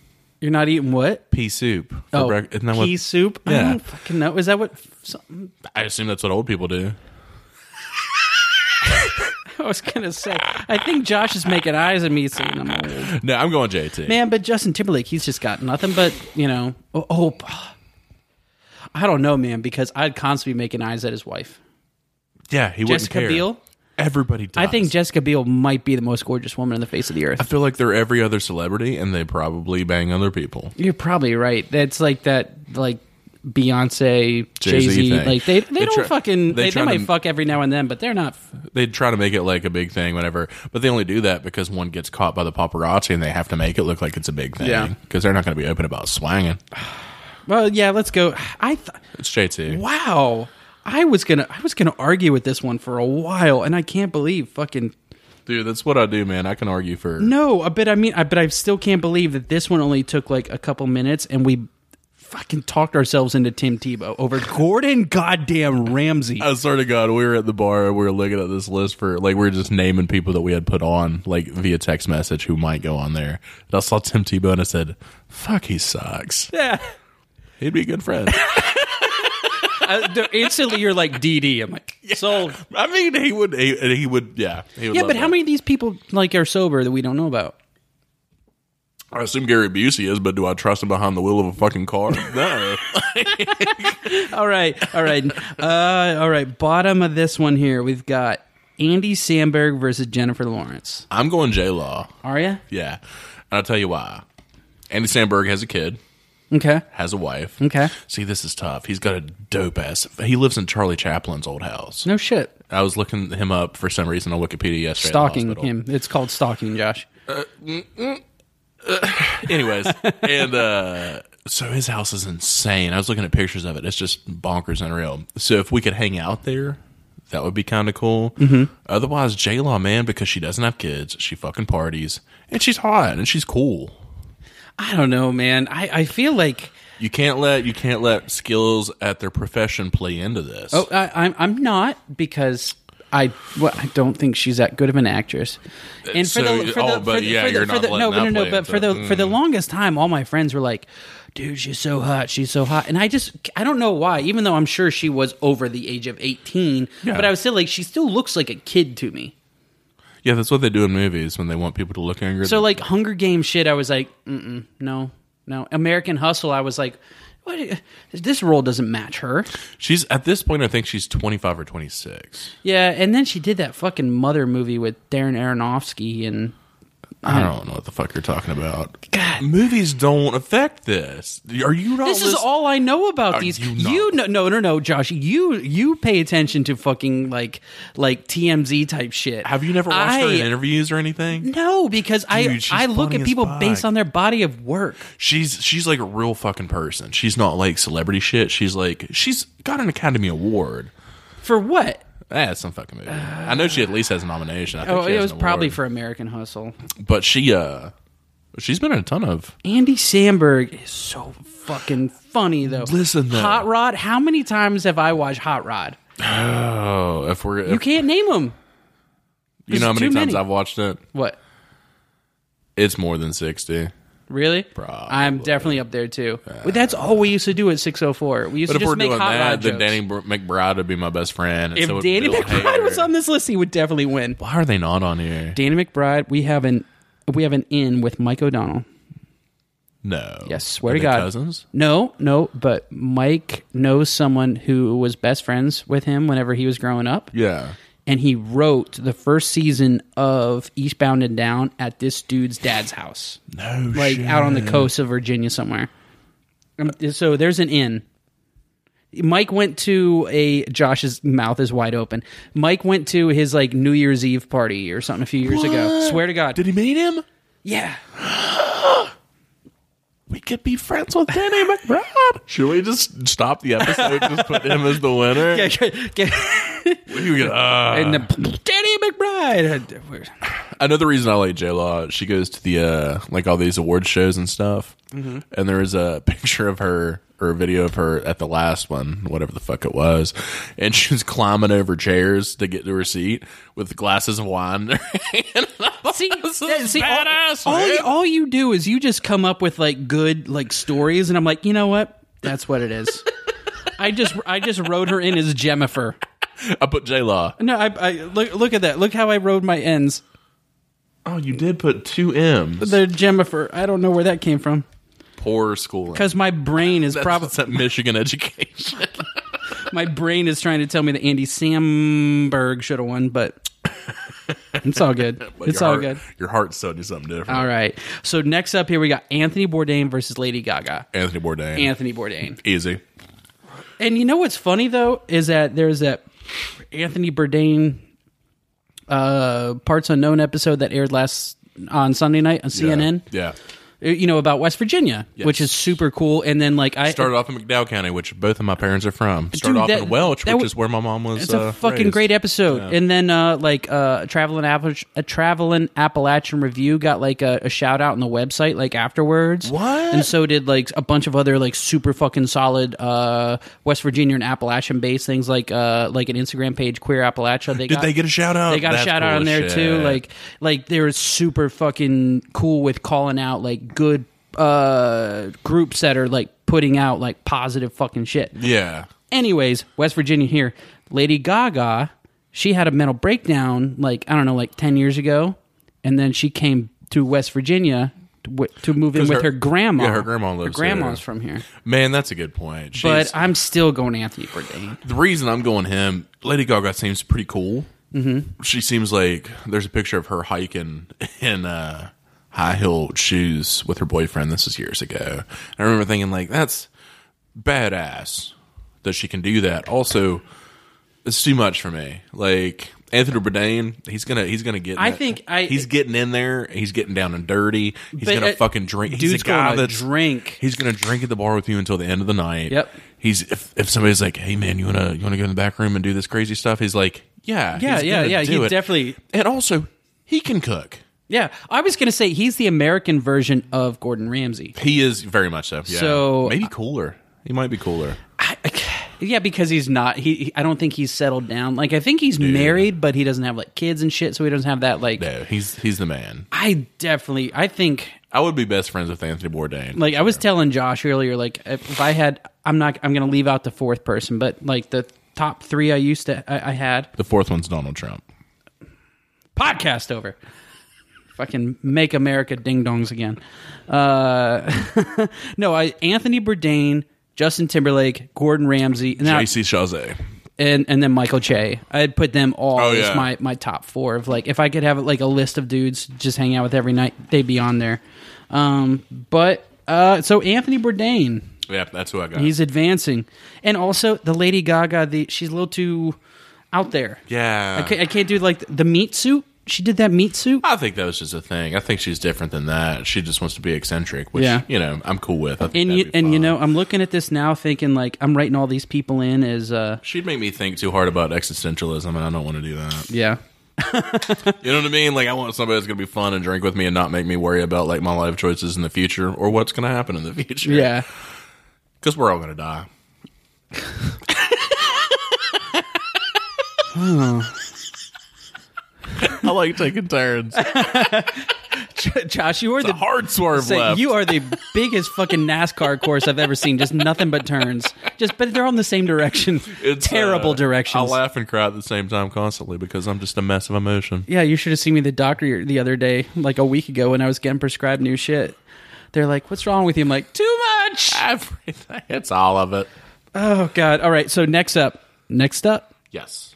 S2: You're not eating what?
S1: Pea soup for
S2: Oh,
S1: breakfast. Isn't that
S2: pea
S1: what?
S2: soup. I
S1: Yeah.
S2: don't fucking know. Is that what? Something
S1: I assume that's what old people do.
S2: I was gonna say. I think Josh is making eyes at me saying I'm old.
S1: No, I'm going JT.
S2: Man, but Justin Timberlake, he's just got nothing but, you know, oh, oh, I don't know, man, because I'd constantly be making eyes at his wife.
S1: Yeah, he wouldn't
S2: Jessica
S1: care.
S2: Biel?
S1: Everybody does.
S2: I think Jessica Biel might be the most gorgeous woman on the face of the
S1: I
S2: earth.
S1: feel like they're every other celebrity, and they probably bang other people.
S2: You're probably right. That's like that, like Beyonce, Jay
S1: Jay-Z
S2: Z.
S1: thing.
S2: Like they, they,
S1: They
S2: don't
S1: try-
S2: fucking.
S1: they
S2: They, they,
S1: try to-
S2: might fuck every now and then, but they're not.
S1: They try to make it like a big thing, whenever, but they only do that because one gets caught by the paparazzi, and they have to make it look like it's a big thing.
S2: Yeah.
S1: because they're not going to be open about swanging.
S2: Well, yeah, let's go. I th-
S1: It's JT.
S2: wow. I was gonna, I was gonna argue with this one for a while, and I can't believe fucking
S1: Dude, that's what I do, man. I can argue for.
S2: No, uh, but I mean, I, but I still can't believe that this one only took like a couple minutes, and we fucking talked ourselves into Tim Tebow over Gordon goddamn Ramsey.
S1: I swear to God, we were at the bar. We were looking at this list for like we were just naming people that we had put on like via text message who might go on there. And I saw Tim Tebow and I said, "Fuck, he sucks.
S2: yeah,
S1: He'd be a good friend."
S2: I, there- Uh, instantly you're like DD. I'm like sold.
S1: I mean, he would. He, he would. Yeah. He would
S2: Yeah,
S1: love
S2: but how
S1: that.
S2: many of these people like are sober that we don't know about?
S1: I assume Gary Busey is, but do I trust him behind the wheel of a fucking car? No.
S2: All right, all right, uh, all right. Bottom of this one here, we've got Andy Samberg versus Jennifer Lawrence.
S1: I'm going J Law.
S2: Are ya?
S1: Yeah, and I'll tell you why. Andy Sandberg has a kid.
S2: Okay.
S1: Has a wife.
S2: Okay.
S1: See, this is tough. He's got a dope ass. He lives in Charlie Chaplin's old house.
S2: No shit.
S1: I was looking him up for some reason on Wikipedia yesterday. at the
S2: Stalking
S1: hospital.
S2: him. It's called stalking, Josh.
S1: Anyways, and uh, so his house is insane. I was looking at pictures of it. It's just bonkers and real. So if we could hang out there, that would be kind of cool.
S2: Mm-hmm.
S1: Otherwise, J Law, man, because she doesn't have kids, she fucking parties, and she's hot and she's cool.
S2: I don't know, man. I, I feel like
S1: You can't let you can't let skills at their profession play into this.
S2: Oh, I, I'm I'm not because I well, I don't think she's that good of an actress. And for
S1: So,
S2: the for
S1: oh,
S2: the
S1: but
S2: for the-
S1: yeah,
S2: for the-
S1: you're
S2: for
S1: not
S2: the- no
S1: letting
S2: no
S1: that
S2: no
S1: play
S2: but for the
S1: into- Mm.
S2: for the longest time, all my friends were like. Dude, she's so hot. She's so hot, and I just—I don't know why. Even though I'm sure she was over the age of 18,
S1: Yeah.
S2: but I was still like, she still looks like a kid to me.
S1: Yeah, that's what they do in movies when they want people to look angry.
S2: So like Hunger Games shit, I was like, mm no, no. American Hustle, I was like, what? This role doesn't match her.
S1: she's at this point, I think she's twenty five or twenty six.
S2: Yeah, and then she did that fucking Mother movie with Darren Aronofsky, and
S1: I don't know what the fuck you're talking about. God, movies don't affect this. Are you not?
S2: this is
S1: listen-
S2: all I know about these.
S1: you
S2: You,
S1: not-
S2: know, no, no, no, Josh, you you pay attention to fucking like like TMZ type shit.
S1: Have you never watched her
S2: I-
S1: in interviews or anything?
S2: No, because I
S1: Dude, she's
S2: I look
S1: funny
S2: at
S1: as
S2: people
S1: fuck.
S2: based on their body of work.
S1: She's she's like a real fucking person. She's not like celebrity shit. She's like she's got an Academy Award.
S2: For what?
S1: That's some fucking movie. I know she at least has a nomination. I think
S2: Oh,
S1: she
S2: it
S1: has
S2: was
S1: an
S2: probably
S1: award.
S2: for American Hustle.
S1: But she uh, she's been in a ton of.
S2: Andy Samberg is so fucking funny though.
S1: Listen, though.
S2: Hot Rod. How many times have I watched Hot Rod?
S1: Oh, if we're if,
S2: You
S1: you,
S2: can't name him.
S1: know how
S2: there's
S1: many
S2: too
S1: times
S2: many.
S1: I've watched it,
S2: What?
S1: it's more than sixty.
S2: Really?
S1: Probably.
S2: I'm definitely up there too. But that's all we used to do at 604. We used
S1: But
S2: to
S1: if we're
S2: just make
S1: doing
S2: hot
S1: that,
S2: rod
S1: then
S2: jokes.
S1: Danny Br- McBride would be my best friend. and
S2: if
S1: so would
S2: Danny
S1: Bill
S2: McBride
S1: Hader.
S2: was on this list, he would definitely win.
S1: why are they not on here?
S2: Danny McBride, we have an we have an in with Mike O'Donnell.
S1: No.
S2: Yes, swear
S1: Are
S2: to
S1: they
S2: God.
S1: Cousins.
S2: No, no, but Mike knows someone who was best friends with him whenever he was growing up.
S1: Yeah.
S2: and he wrote the first season of Eastbound and Down at this dude's dad's house,
S1: No.
S2: like
S1: shit.
S2: out on the coast of Virginia somewhere. Um, So there's an inn. Mike went to a Josh's mouth is wide open. Mike went to his like New Year's Eve party or something a few years ago.
S1: What?
S2: Swear to God.
S1: Did he meet him?
S2: yeah.
S1: We could be friends with Danny McBride. Should we just stop the episode? just put him as the winner.
S2: and
S1: You get- ah.
S2: the, Danny McBride.
S1: Another reason I like J Law, she goes to the uh, like all these award shows and stuff, and there was a picture of her or a video of her at the last one, whatever the fuck it was, and she was climbing over chairs to get to her seat with glasses of wine. in her hand.
S2: See,
S1: is
S2: see, all-
S1: badass,
S2: all,
S1: man.
S2: you, all you do is you just come up with like good like stories, and I'm like, you know what? That's what it is. I just I just wrote her in as Jemifer.
S1: I put J Law.
S2: No, I, I look look at that. Look how I rode my ends.
S1: Oh, you did put two M's.
S2: They're Jemifer. I don't know where that came from
S1: Poor schooling.
S2: because my brain is probably
S1: That's that Michigan education.
S2: my brain is trying to tell me that Andy Samberg should have won, but it's all good.
S1: But
S2: it's
S1: your
S2: all
S1: heart-
S2: good.
S1: Your heart's telling you something different.
S2: All right. So next up here we got Anthony Bourdain versus Lady Gaga.
S1: Anthony Bourdain.
S2: Anthony Bourdain.
S1: Easy.
S2: And you know what's funny though is that there's that Anthony Bourdain uh, parts unknown episode that aired last on Sunday night on CNN.
S1: Yeah.
S2: Uh, You know about West Virginia, which is super cool. And then like I
S1: Started off in McDowell County, which both of my parents are from. Started
S2: Dude,
S1: off
S2: that-
S1: in Welch,
S2: that
S1: which
S2: was-
S1: is where my mom was.
S2: it's a
S1: uh,
S2: fucking
S1: raised.
S2: great episode. And then uh, like uh, traveling Appalach- a traveling Appalachian review got like a, a shout out on the website like afterwards.
S1: What?
S2: And so did like a bunch of other like super fucking solid uh, West Virginia and Appalachian based things like uh, like an Instagram page Queer Appalachia. They
S1: Did they get a shout out?
S2: They got
S1: That's
S2: a shout out
S1: cool
S2: on
S1: as
S2: there
S1: shit.
S2: too. Like like they were super fucking cool with calling out like good uh groups that are like putting out like positive fucking shit.
S1: yeah,
S2: Anyways, West Virginia here. Lady Gaga, she had a mental breakdown like I don't know like 10 years ago and then she came to West Virginia to, wi- to move in
S1: 'Cause
S2: with her,
S1: her-
S2: grandma.
S1: yeah, her grandma lives
S2: Her grandma's
S1: there.
S2: from here.
S1: man, that's a good point. She's,
S2: But I'm still going Anthony Bourdain.
S1: the reason I'm going him, Lady Gaga seems pretty cool. Mm-hmm. She seems like there's a picture of her hiking in uh, high heel shoes with her boyfriend. This was years ago. I remember thinking like, that's badass that she can do that. Also, it's too much for me. Like Anthony Bourdain, he's gonna he's gonna get. in
S2: I
S1: that-
S2: think I-
S1: he's getting in there. He's getting down and dirty. He's
S2: But,
S1: gonna
S2: uh,
S1: fucking drink. He's
S2: dude's
S1: a guy
S2: gonna
S1: that's-
S2: drink.
S1: He's gonna drink at the bar with you until the end of the night.
S2: Yep.
S1: He's if, if somebody's like, "Hey man, you wanna you wanna go in the back room and do this crazy stuff?" He's like, "Yeah,
S2: Yeah,
S1: he's
S2: yeah,
S1: gonna
S2: yeah,
S1: do
S2: he
S1: it."
S2: definitely-
S1: And also, he can cook.
S2: Yeah, I was going to say he's the American version of Gordon Ramsay.
S1: He is very much so. Yeah.
S2: So-
S1: maybe cooler. He might be cooler.
S2: I, yeah, because he's not he, he- I don't think he's settled down. Like I think he's married but he doesn't have like kids and shit so he doesn't have that like
S1: No, he's he's the man.
S2: I definitely I think
S1: I would be best friends with Anthony Bourdain.
S2: like I was telling Josh earlier, like if if I had, I'm not, I'm gonna leave out the fourth person, but like the top three I used to, I, I had.
S1: the fourth one's Donald Trump.
S2: Podcast over. Fucking make America ding dongs again. Uh, no, I Anthony Bourdain, Justin Timberlake, Gordon Ramsay, and, then I-
S1: JC Chazé.
S2: and and then Michael Che. I'd put them all
S1: Oh,
S2: as
S1: yeah.
S2: my my top four of like if I could have like a list of dudes to just hang out with every night, they'd be on there. Um, but uh, so Anthony Bourdain.
S1: Yeah, that's who I got.
S2: He's advancing, and also the Lady Gaga. The she's a little too out there.
S1: yeah.
S2: I can't, I can't do like the, the meat suit. She did that meat suit.
S1: I think that was just a thing. I think she's different than that. She just wants to be eccentric, which
S2: Yeah.
S1: you know I'm cool with. I think
S2: And
S1: that'd
S2: you
S1: be
S2: and you
S1: fun.
S2: know, I'm looking at this now, thinking like I'm writing all these people in as uh
S1: she'd make me think too hard about existentialism, and I don't want to do that.
S2: yeah.
S1: You know what I mean? Like I want somebody that's going to be fun and drink with me and not make me worry about like my life choices in the future or what's going to happen in the future.
S2: Yeah.
S1: because we're all going to die. I like taking turns. It's
S2: Josh, you are
S1: a
S2: the
S1: hard swerve
S2: say,
S1: left.
S2: you are the biggest fucking NASCAR course I've ever seen. Just nothing but turns. Just but they're all in the same direction.
S1: It's,
S2: Terrible
S1: uh,
S2: directions.
S1: I laugh and cry at the same time constantly because I'm just a mess of emotion.
S2: Yeah, you should have seen me at the doctor the other day, like a week ago, when I was getting prescribed new shit. They're like, "What's wrong with you?" I'm like, "Too much."
S1: Everything. It's all of it.
S2: Oh God! All right. So next up, next up,
S1: Yes.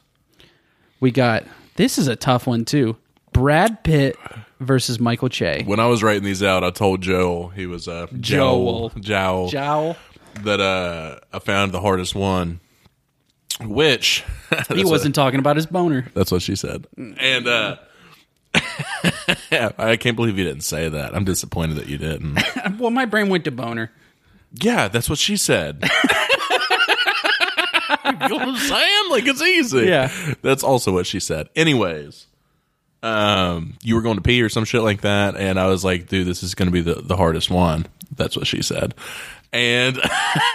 S2: we got this is a tough one too. Brad Pitt versus Michael Che.
S1: When I was writing these out, I told Joel he was uh,
S2: Joel.
S1: Joel. Joel.
S2: Jowl.
S1: that uh, I found the hardest one, which
S2: He wasn't talking about his boner.
S1: That's what she said. And uh I can't believe you didn't say that. I'm disappointed that you didn't.
S2: Well, my brain went to boner.
S1: yeah, that's what she said. you know what I'm saying? Like it's easy.
S2: Yeah.
S1: That's also what she said. Anyways. Um, you were going to pee or some shit like that, and I was like, dude, this is gonna be the, the hardest one. That's what she said. And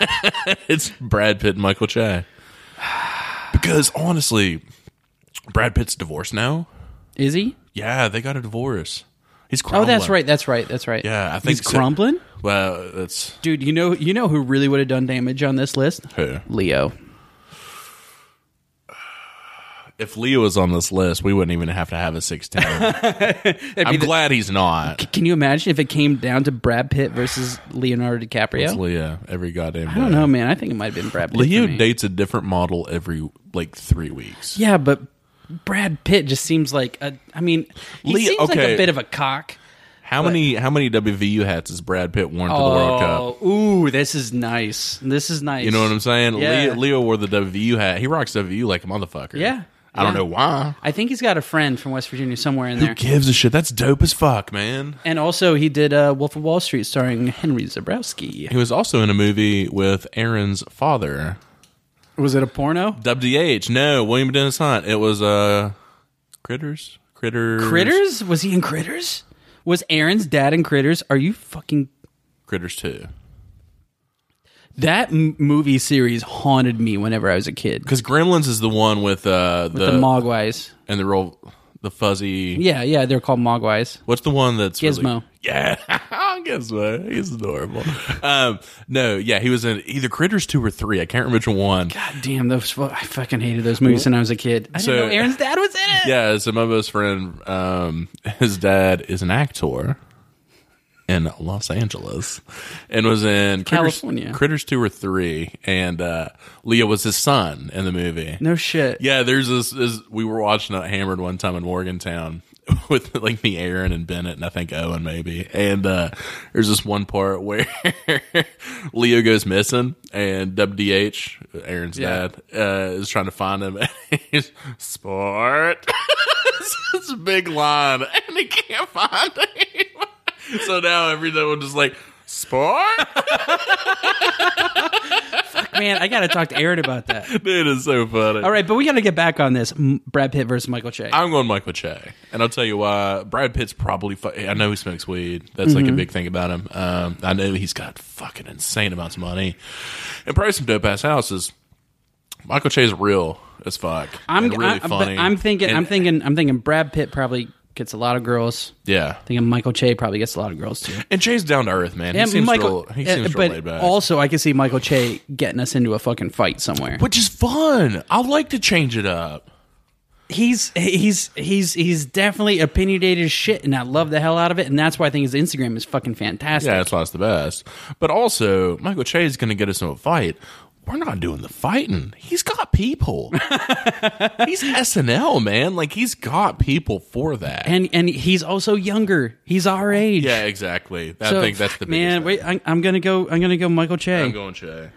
S1: it's Brad Pitt and Michael Che. Because honestly, Brad Pitt's divorced now.
S2: Is he?
S1: Yeah, they got a divorce. He's
S2: Oh,
S1: crumbling.
S2: that's right. That's right. That's right.
S1: Yeah, I think
S2: He's
S1: so.
S2: crumbling,
S1: Well, that's
S2: dude. You know, you know who really would have done damage on this list?
S1: who.
S2: Leo.
S1: If Leo was on this list, we wouldn't even have to have a six ten. I'm glad he's not.
S2: Can you imagine if it came down to Brad Pitt versus Leonardo DiCaprio?
S1: It's Leo every goddamn.
S2: I don't know, man. I think it might have been Brad Pitt.
S1: Leo
S2: for me.
S1: dates a different model every like three weeks.
S2: Yeah, but Brad Pitt just seems like a. I mean, he
S1: Leo-
S2: seems like
S1: okay.
S2: a bit of a cock.
S1: How many how many WVU hats has Brad Pitt worn to the World Cup?
S2: Oh, ooh, this is nice. This is nice.
S1: You know what I'm saying?
S2: Yeah.
S1: Leo, Leo wore the WVU hat. He rocks WVU like a motherfucker.
S2: Yeah.
S1: I don't
S2: Yeah.
S1: know why.
S2: I think he's got a friend from West Virginia somewhere in
S1: Who
S2: there.
S1: gives a shit? That's dope as fuck, man.
S2: And also, he did uh, Wolf of Wall Street starring Henry Zabrowski.
S1: He was also in a movie with Aaron's father.
S2: Was it a porno?
S1: WDH. No, William Dennis Hunt. It was uh Critters. Critters.
S2: Critters? Was he in Critters? Was Aaron's dad in Critters? Are you fucking.
S1: Critters two.
S2: That m- movie series haunted me whenever I was a kid.
S1: Because Gremlins is the one with uh the,
S2: The Mogwais.
S1: and the roll the fuzzy.
S2: Yeah, yeah, they're called Mogwais.
S1: What's the one that's
S2: Gizmo.
S1: Really, yeah, Gizmo. He's adorable. um, no, yeah, he was in either Critters two or three. I can't remember which one.
S2: God damn, those fu- I fucking hated those movies when I was a kid. I
S1: So-
S2: didn't know Aaron's dad was in it.
S1: Yeah, so my best friend, um, his dad is an actor in Los Angeles, and was in Critters-
S2: California.
S1: Critters two or three, and uh, Leo was his son in the movie.
S2: No shit.
S1: Yeah, there's this, this. We were watching it hammered one time in Morgantown with like me, Aaron, and Bennett, and I think Owen maybe. And uh, there's this one part where Leo goes missing, and WDH, Aaron's
S2: Yeah.
S1: dad, uh, is trying to find him. He's sport. it's a big line, and he can't find him. so now every day we're just like sport.
S2: Man, I got to talk to Aaron about that.
S1: Dude, it's so funny.
S2: All right, but we got to get back on this M- Brad Pitt versus Michael Che.
S1: I'm going Michael Che, and I'll tell you why. Brad Pitt's probably. Fu- I know he smokes weed. That's
S2: Mm-hmm.
S1: like a big thing about him. Um, I know he's got fucking insane amounts of money, and probably some dope ass houses. Michael Che's real as fuck.
S2: I'm
S1: and really
S2: I, but
S1: funny.
S2: I'm thinking I'm
S1: And-
S2: thinking I'm thinking Brad Pitt probably gets a lot of girls.
S1: yeah.
S2: thinking Michael Che probably gets a lot of girls too.
S1: And Che's down to earth, man.
S2: And
S1: he seems
S2: Michael,
S1: real. He
S2: uh,
S1: seems real
S2: but
S1: laid back.
S2: also I can see Michael Che getting us into a fucking fight somewhere.
S1: which is fun. I like to change it up.
S2: he's he's he's he's definitely opinionated as shit, and I love the hell out of it, and that's why I think his Instagram is fucking fantastic.
S1: Yeah, that's why it's the best. But also, Michael Che is going to get us in a fight. We're not doing the fighting. He's got people. he's SNL, man. Like, he's got people for that.
S2: And and he's also younger. He's our age.
S1: yeah, exactly. I
S2: So,
S1: think that's the biggest
S2: man.
S1: thing.
S2: Wait, I, I'm gonna go. I'm gonna go. Michael Che.
S1: I'm going Che.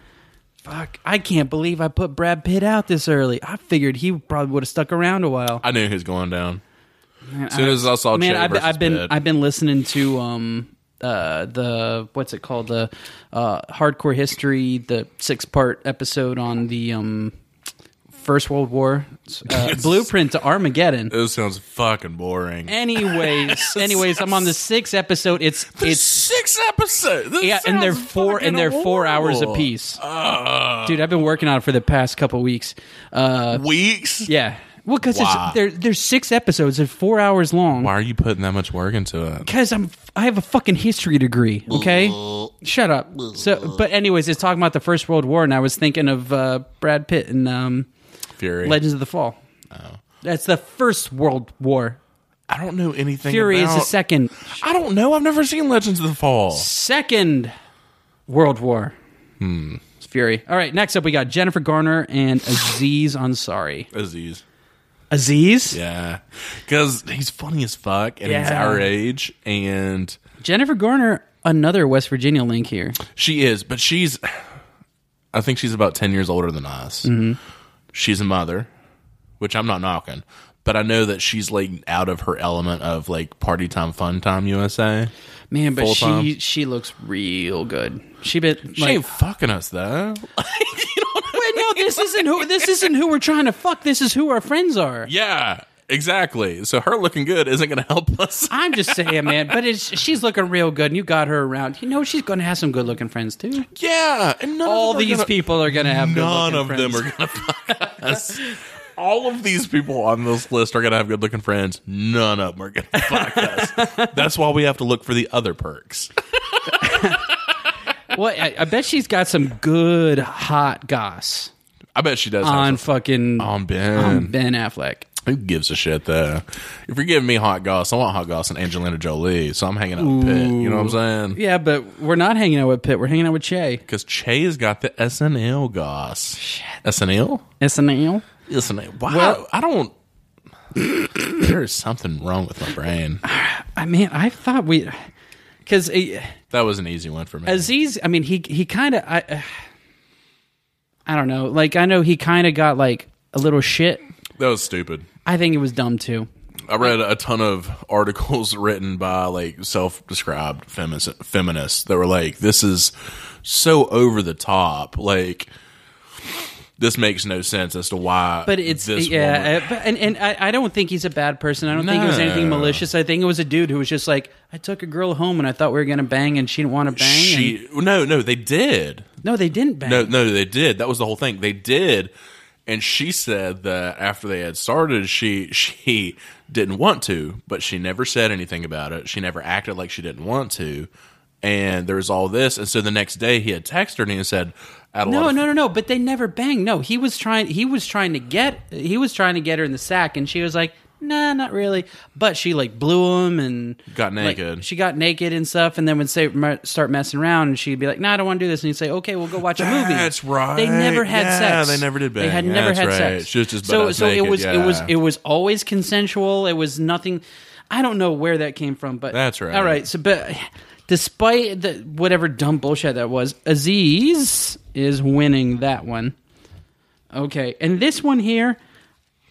S2: Fuck, I can't believe I put Brad Pitt out this early. I figured he probably would have stuck around a while.
S1: I knew he was going down. as soon as I saw
S2: Man,
S1: Che
S2: I've,
S1: versus
S2: I've been
S1: Pitt.
S2: I've been listening to um uh the what's it called the uh hardcore history the six part episode on the um First World War uh, blueprint to Armageddon.
S1: This sounds fucking boring.
S2: Anyways, anyways, I'm on the sixth episode. It's
S1: it's
S2: it's
S1: six episodes. This
S2: yeah, and they're
S1: sounds
S2: four
S1: fucking
S2: and they're four hours
S1: horrible. Uh,
S2: apiece. Dude, I've been working on it for the past couple weeks. Uh,
S1: Weeks.
S2: yeah, well, because
S1: Wow.
S2: there there's six episodes and four hours long.
S1: Why are you putting that much work into it?
S2: Because I'm I have a fucking history degree. Okay, shut up. So, but anyways, it's talking about the First World War, and I was thinking of uh, Brad Pitt and um,
S1: Fury.
S2: Legends of the Fall.
S1: Oh.
S2: That's the First World War.
S1: I don't know anything.
S2: Fury
S1: about,
S2: is the second
S1: I don't know. I've never seen Legends of the Fall.
S2: second World War.
S1: Hmm.
S2: It's Fury. All right, next up we got Jennifer Garner and Aziz Ansari.
S1: Aziz.
S2: Aziz?
S1: Yeah, because he's funny as fuck, and he's
S2: Yeah.
S1: our age, and
S2: Jennifer Garner, another West Virginia link here.
S1: she is, but she's. I think she's about ten years older than us.
S2: Mm-hmm.
S1: She's a mother, which I'm not knocking, but I know that she's like out of her element of like party time, fun time USA.
S2: Man, but she
S1: Full-time.
S2: she looks real good. She been
S1: She
S2: like,
S1: ain't fucking us though.
S2: Wait, no, this isn't who this isn't who we're trying to fuck. This is who our friends are.
S1: yeah, exactly. So her looking good isn't going to help us.
S2: I'm just saying, man. But it's, she's looking real good, and you got her around. You know, she's going to have some good-looking friends too.
S1: Yeah, and none of
S2: All
S1: them are
S2: these
S1: gonna-
S2: people are going to have
S1: None
S2: good-looking
S1: of
S2: friends.
S1: them are gonna fuck us. All of these people on this list are gonna have good looking friends. None of them are gonna fuck us. That's why we have to look for the other perks.
S2: Well, I, I bet she's got some good hot goss
S1: I bet she does. have
S2: on
S1: some-
S2: fucking
S1: on Ben.
S2: on Ben Affleck.
S1: Who gives a shit though? If you're giving me hot goss, I want hot goss and Angelina Jolie. So I'm hanging out with Pitt. You know what I'm saying?
S2: Yeah, but we're not hanging out with Pitt. We're hanging out with Che.
S1: Because Che's got the SNL goss. SNL.
S2: SNL.
S1: SNL. Wow.
S2: Well-
S1: I don't. there is something wrong with my brain.
S2: I mean, I thought we eh, because
S1: That was an easy one for me.
S2: Aziz. I mean, he he kind of I uh, I don't know. Like I know he kind of got like a little shit.
S1: that was stupid.
S2: I think it was dumb too.
S1: I read a ton of articles written by like self-described feminist feminists that were like, "This is so over the top. Like, this makes no sense as to why."
S2: But it's
S1: this woman-
S2: yeah, uh, but, and and I, I don't think he's a bad person. I don't think it was anything
S1: No.
S2: malicious. I think it was a dude who was just like, I took a girl home and I thought we were gonna bang and she didn't want to bang. and-
S1: she no no they did
S2: no, they didn't bang.
S1: no no they did that was the whole thing they did and she said that after they had started she she didn't want to but she never said anything about it she never acted like she didn't want to and there was all this and so the next day he had texted her and he said I had a lot
S2: No,
S1: of
S2: no, no, no. But they never banged. No, he was trying. He was trying to get. He was trying to get her in the sack, and she was like, "Nah, not really." But she like blew him and
S1: Got
S2: like,
S1: naked.
S2: she got naked and stuff, and then would say mer- start messing around, and she'd be like, "No, nah, I don't want to do this." And he'd say, "Okay, we'll go watch a movie."
S1: That's right.
S2: They never had
S1: Yeah,
S2: sex.
S1: they never did
S2: They had
S1: bang.
S2: never
S1: That's
S2: had
S1: right.
S2: sex.
S1: She was just
S2: so
S1: butt-ass
S2: so it
S1: naked,
S2: was it was
S1: yeah.
S2: it was always consensual. It was nothing. I don't know where that came from, but
S1: That's right.
S2: All right, so but. Despite the whatever dumb bullshit that was, Aziz is winning that one. Okay, and this one here,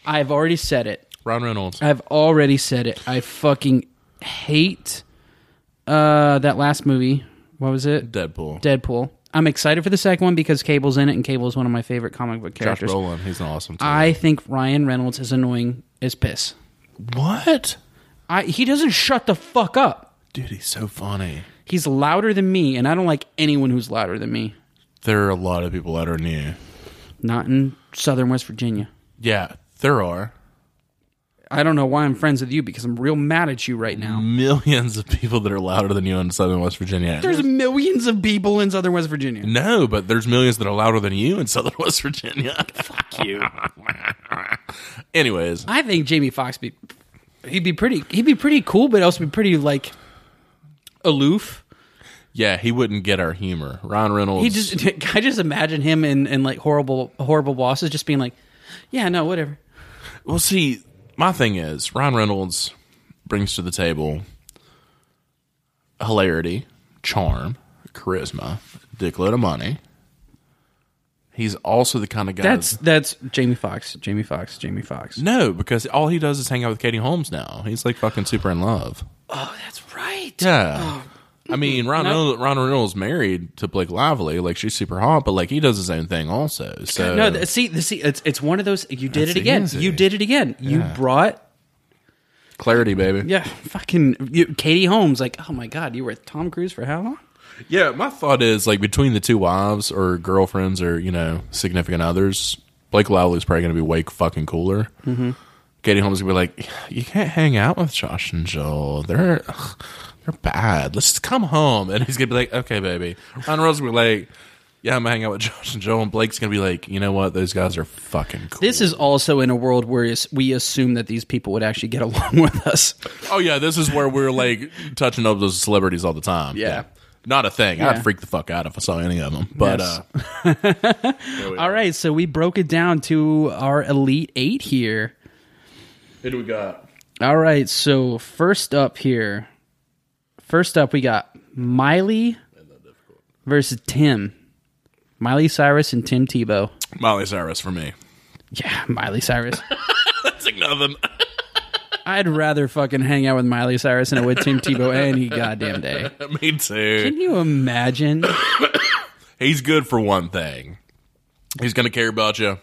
S2: I've already said it.
S1: Ron Reynolds
S2: I've already said it. I fucking hate uh that last movie. What was it?
S1: Deadpool
S2: Deadpool. I'm excited for the second one because Cable's in it, and Cable's one of my favorite comic book
S1: Josh
S2: characters.
S1: Brolin he's an awesome too.
S2: I think Ryan Reynolds is annoying as piss.
S1: what
S2: I he doesn't shut the fuck up.
S1: dude he's so funny
S2: He's louder than me, and I don't like anyone who's louder than me.
S1: there are a lot of people that are new
S2: Not in Southern West Virginia.
S1: yeah there are
S2: I don't know why I'm friends with you because I'm real mad at you right now.
S1: millions of people that are louder than you in Southern West Virginia.
S2: There's millions of people in Southern West Virginia.
S1: no, but there's millions that are louder than you in Southern West Virginia. Fuck you. Anyways,
S2: I think Jamie Foxx be he'd be pretty he'd be pretty cool, but also be pretty like aloof.
S1: yeah, he wouldn't get our humor. Ryan Reynolds.
S2: He just I just imagine him in, in like horrible horrible bosses just being like, yeah, no, whatever.
S1: Well, see, my thing is Ryan Reynolds brings to the table hilarity, charm, charisma, dickload of money. He's also the kind of guy
S2: That's that's Jamie Fox, Jamie Fox, Jamie Fox.
S1: no, because all he does is hang out with Katie Holmes now. He's like fucking super in love.
S2: Oh, that's right. Oh,
S1: Yeah. I
S2: mm-hmm.
S1: mean, Ron, Reynolds, Ron Reynolds married to Blake Lively. Like, she's super hot, but, like, he does his own thing also. So,
S2: No, th- see, th- see, it's it's one of those. You did
S1: That's
S2: it again.
S1: easy.
S2: You did it again. You brought
S1: clarity, baby.
S2: yeah, fucking you, Katie Holmes. Like, oh my god, you were with Tom Cruise for how long?
S1: Yeah, my thought is like between the two wives or girlfriends or you know significant others, Blake Lively's probably going to be way fucking cooler. Mm-hmm. Katie Holmes gonna be like, you can't hang out with Josh and Joel. They're ugh, they're bad. Let's just come home. And he's gonna be like, okay, baby. Ron Rose will be like, yeah, I'm gonna hang out with Josh and Joel. And Blake's gonna be like, you know what? Those guys are fucking cool.
S2: This is also in a world where is- we assume that these people would actually get along with us.
S1: oh yeah, this is where we're like touching up those celebrities all the time.
S2: Yeah.
S1: Not a thing.
S2: Yeah.
S1: I'd freak the fuck out if I saw any of them. But
S2: Yes.
S1: uh,
S2: All right, so we broke it down to our elite eight here.
S1: who do we got?
S2: All right, so first up here, first up we got Miley versus Tim, Miley Cyrus and Tim Tebow.
S1: Molly Cyrus for me.
S2: Yeah, Miley Cyrus.
S1: That's another.
S2: I'd rather fucking hang out with Miley Cyrus than I would Tim Tebow any goddamn day.
S1: Me too.
S2: Can you imagine?
S1: He's good for one thing. He's gonna care about you.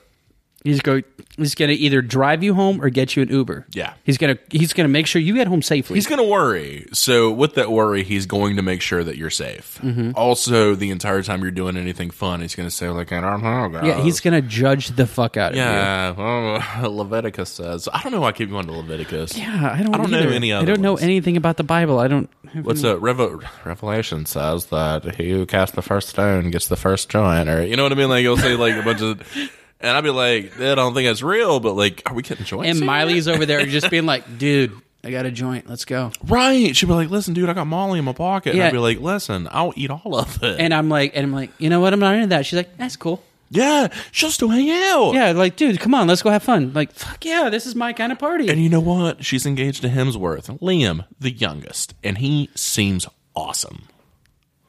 S2: He's go. He's gonna either drive you home or get you an Uber.
S1: Yeah.
S2: He's gonna. He's gonna make sure you get home safely.
S1: He's gonna worry. So with that worry, he's going to make sure that you're safe.
S2: Mm-hmm.
S1: Also, the entire time you're doing anything fun, he's gonna say like, "I don't know, guys."
S2: yeah. He's gonna judge the fuck out of you.
S1: yeah. well, Leviticus says. I don't know. why I keep going to Leviticus.
S2: Yeah. I don't.
S1: I don't know
S2: either.
S1: any
S2: I
S1: other
S2: don't know
S1: ones.
S2: anything about the Bible. I don't.
S1: What's a Revo- Revelation says that he who casts the first stone gets the first joint, or you know what I mean? Like he'll say like a bunch of, and I'd be like, "I don't think that's real," but like, are we getting joints?
S2: And
S1: here?
S2: Miley's over there just being like, dude, I got a joint. Let's go.
S1: Right. She'd be like, listen, dude, I got Molly in my pocket. And
S2: Yeah.
S1: I'd be like, listen, I'll eat all of it.
S2: And I'm like, and I'm like, you know what? I'm not into that. She's like, that's cool.
S1: yeah, she'll still hang out.
S2: Yeah. Like, dude, come on, let's go have fun. Like, fuck yeah, this is my kind of party.
S1: And you know what? She's engaged to Hemsworth, Liam, the youngest, and he seems awesome.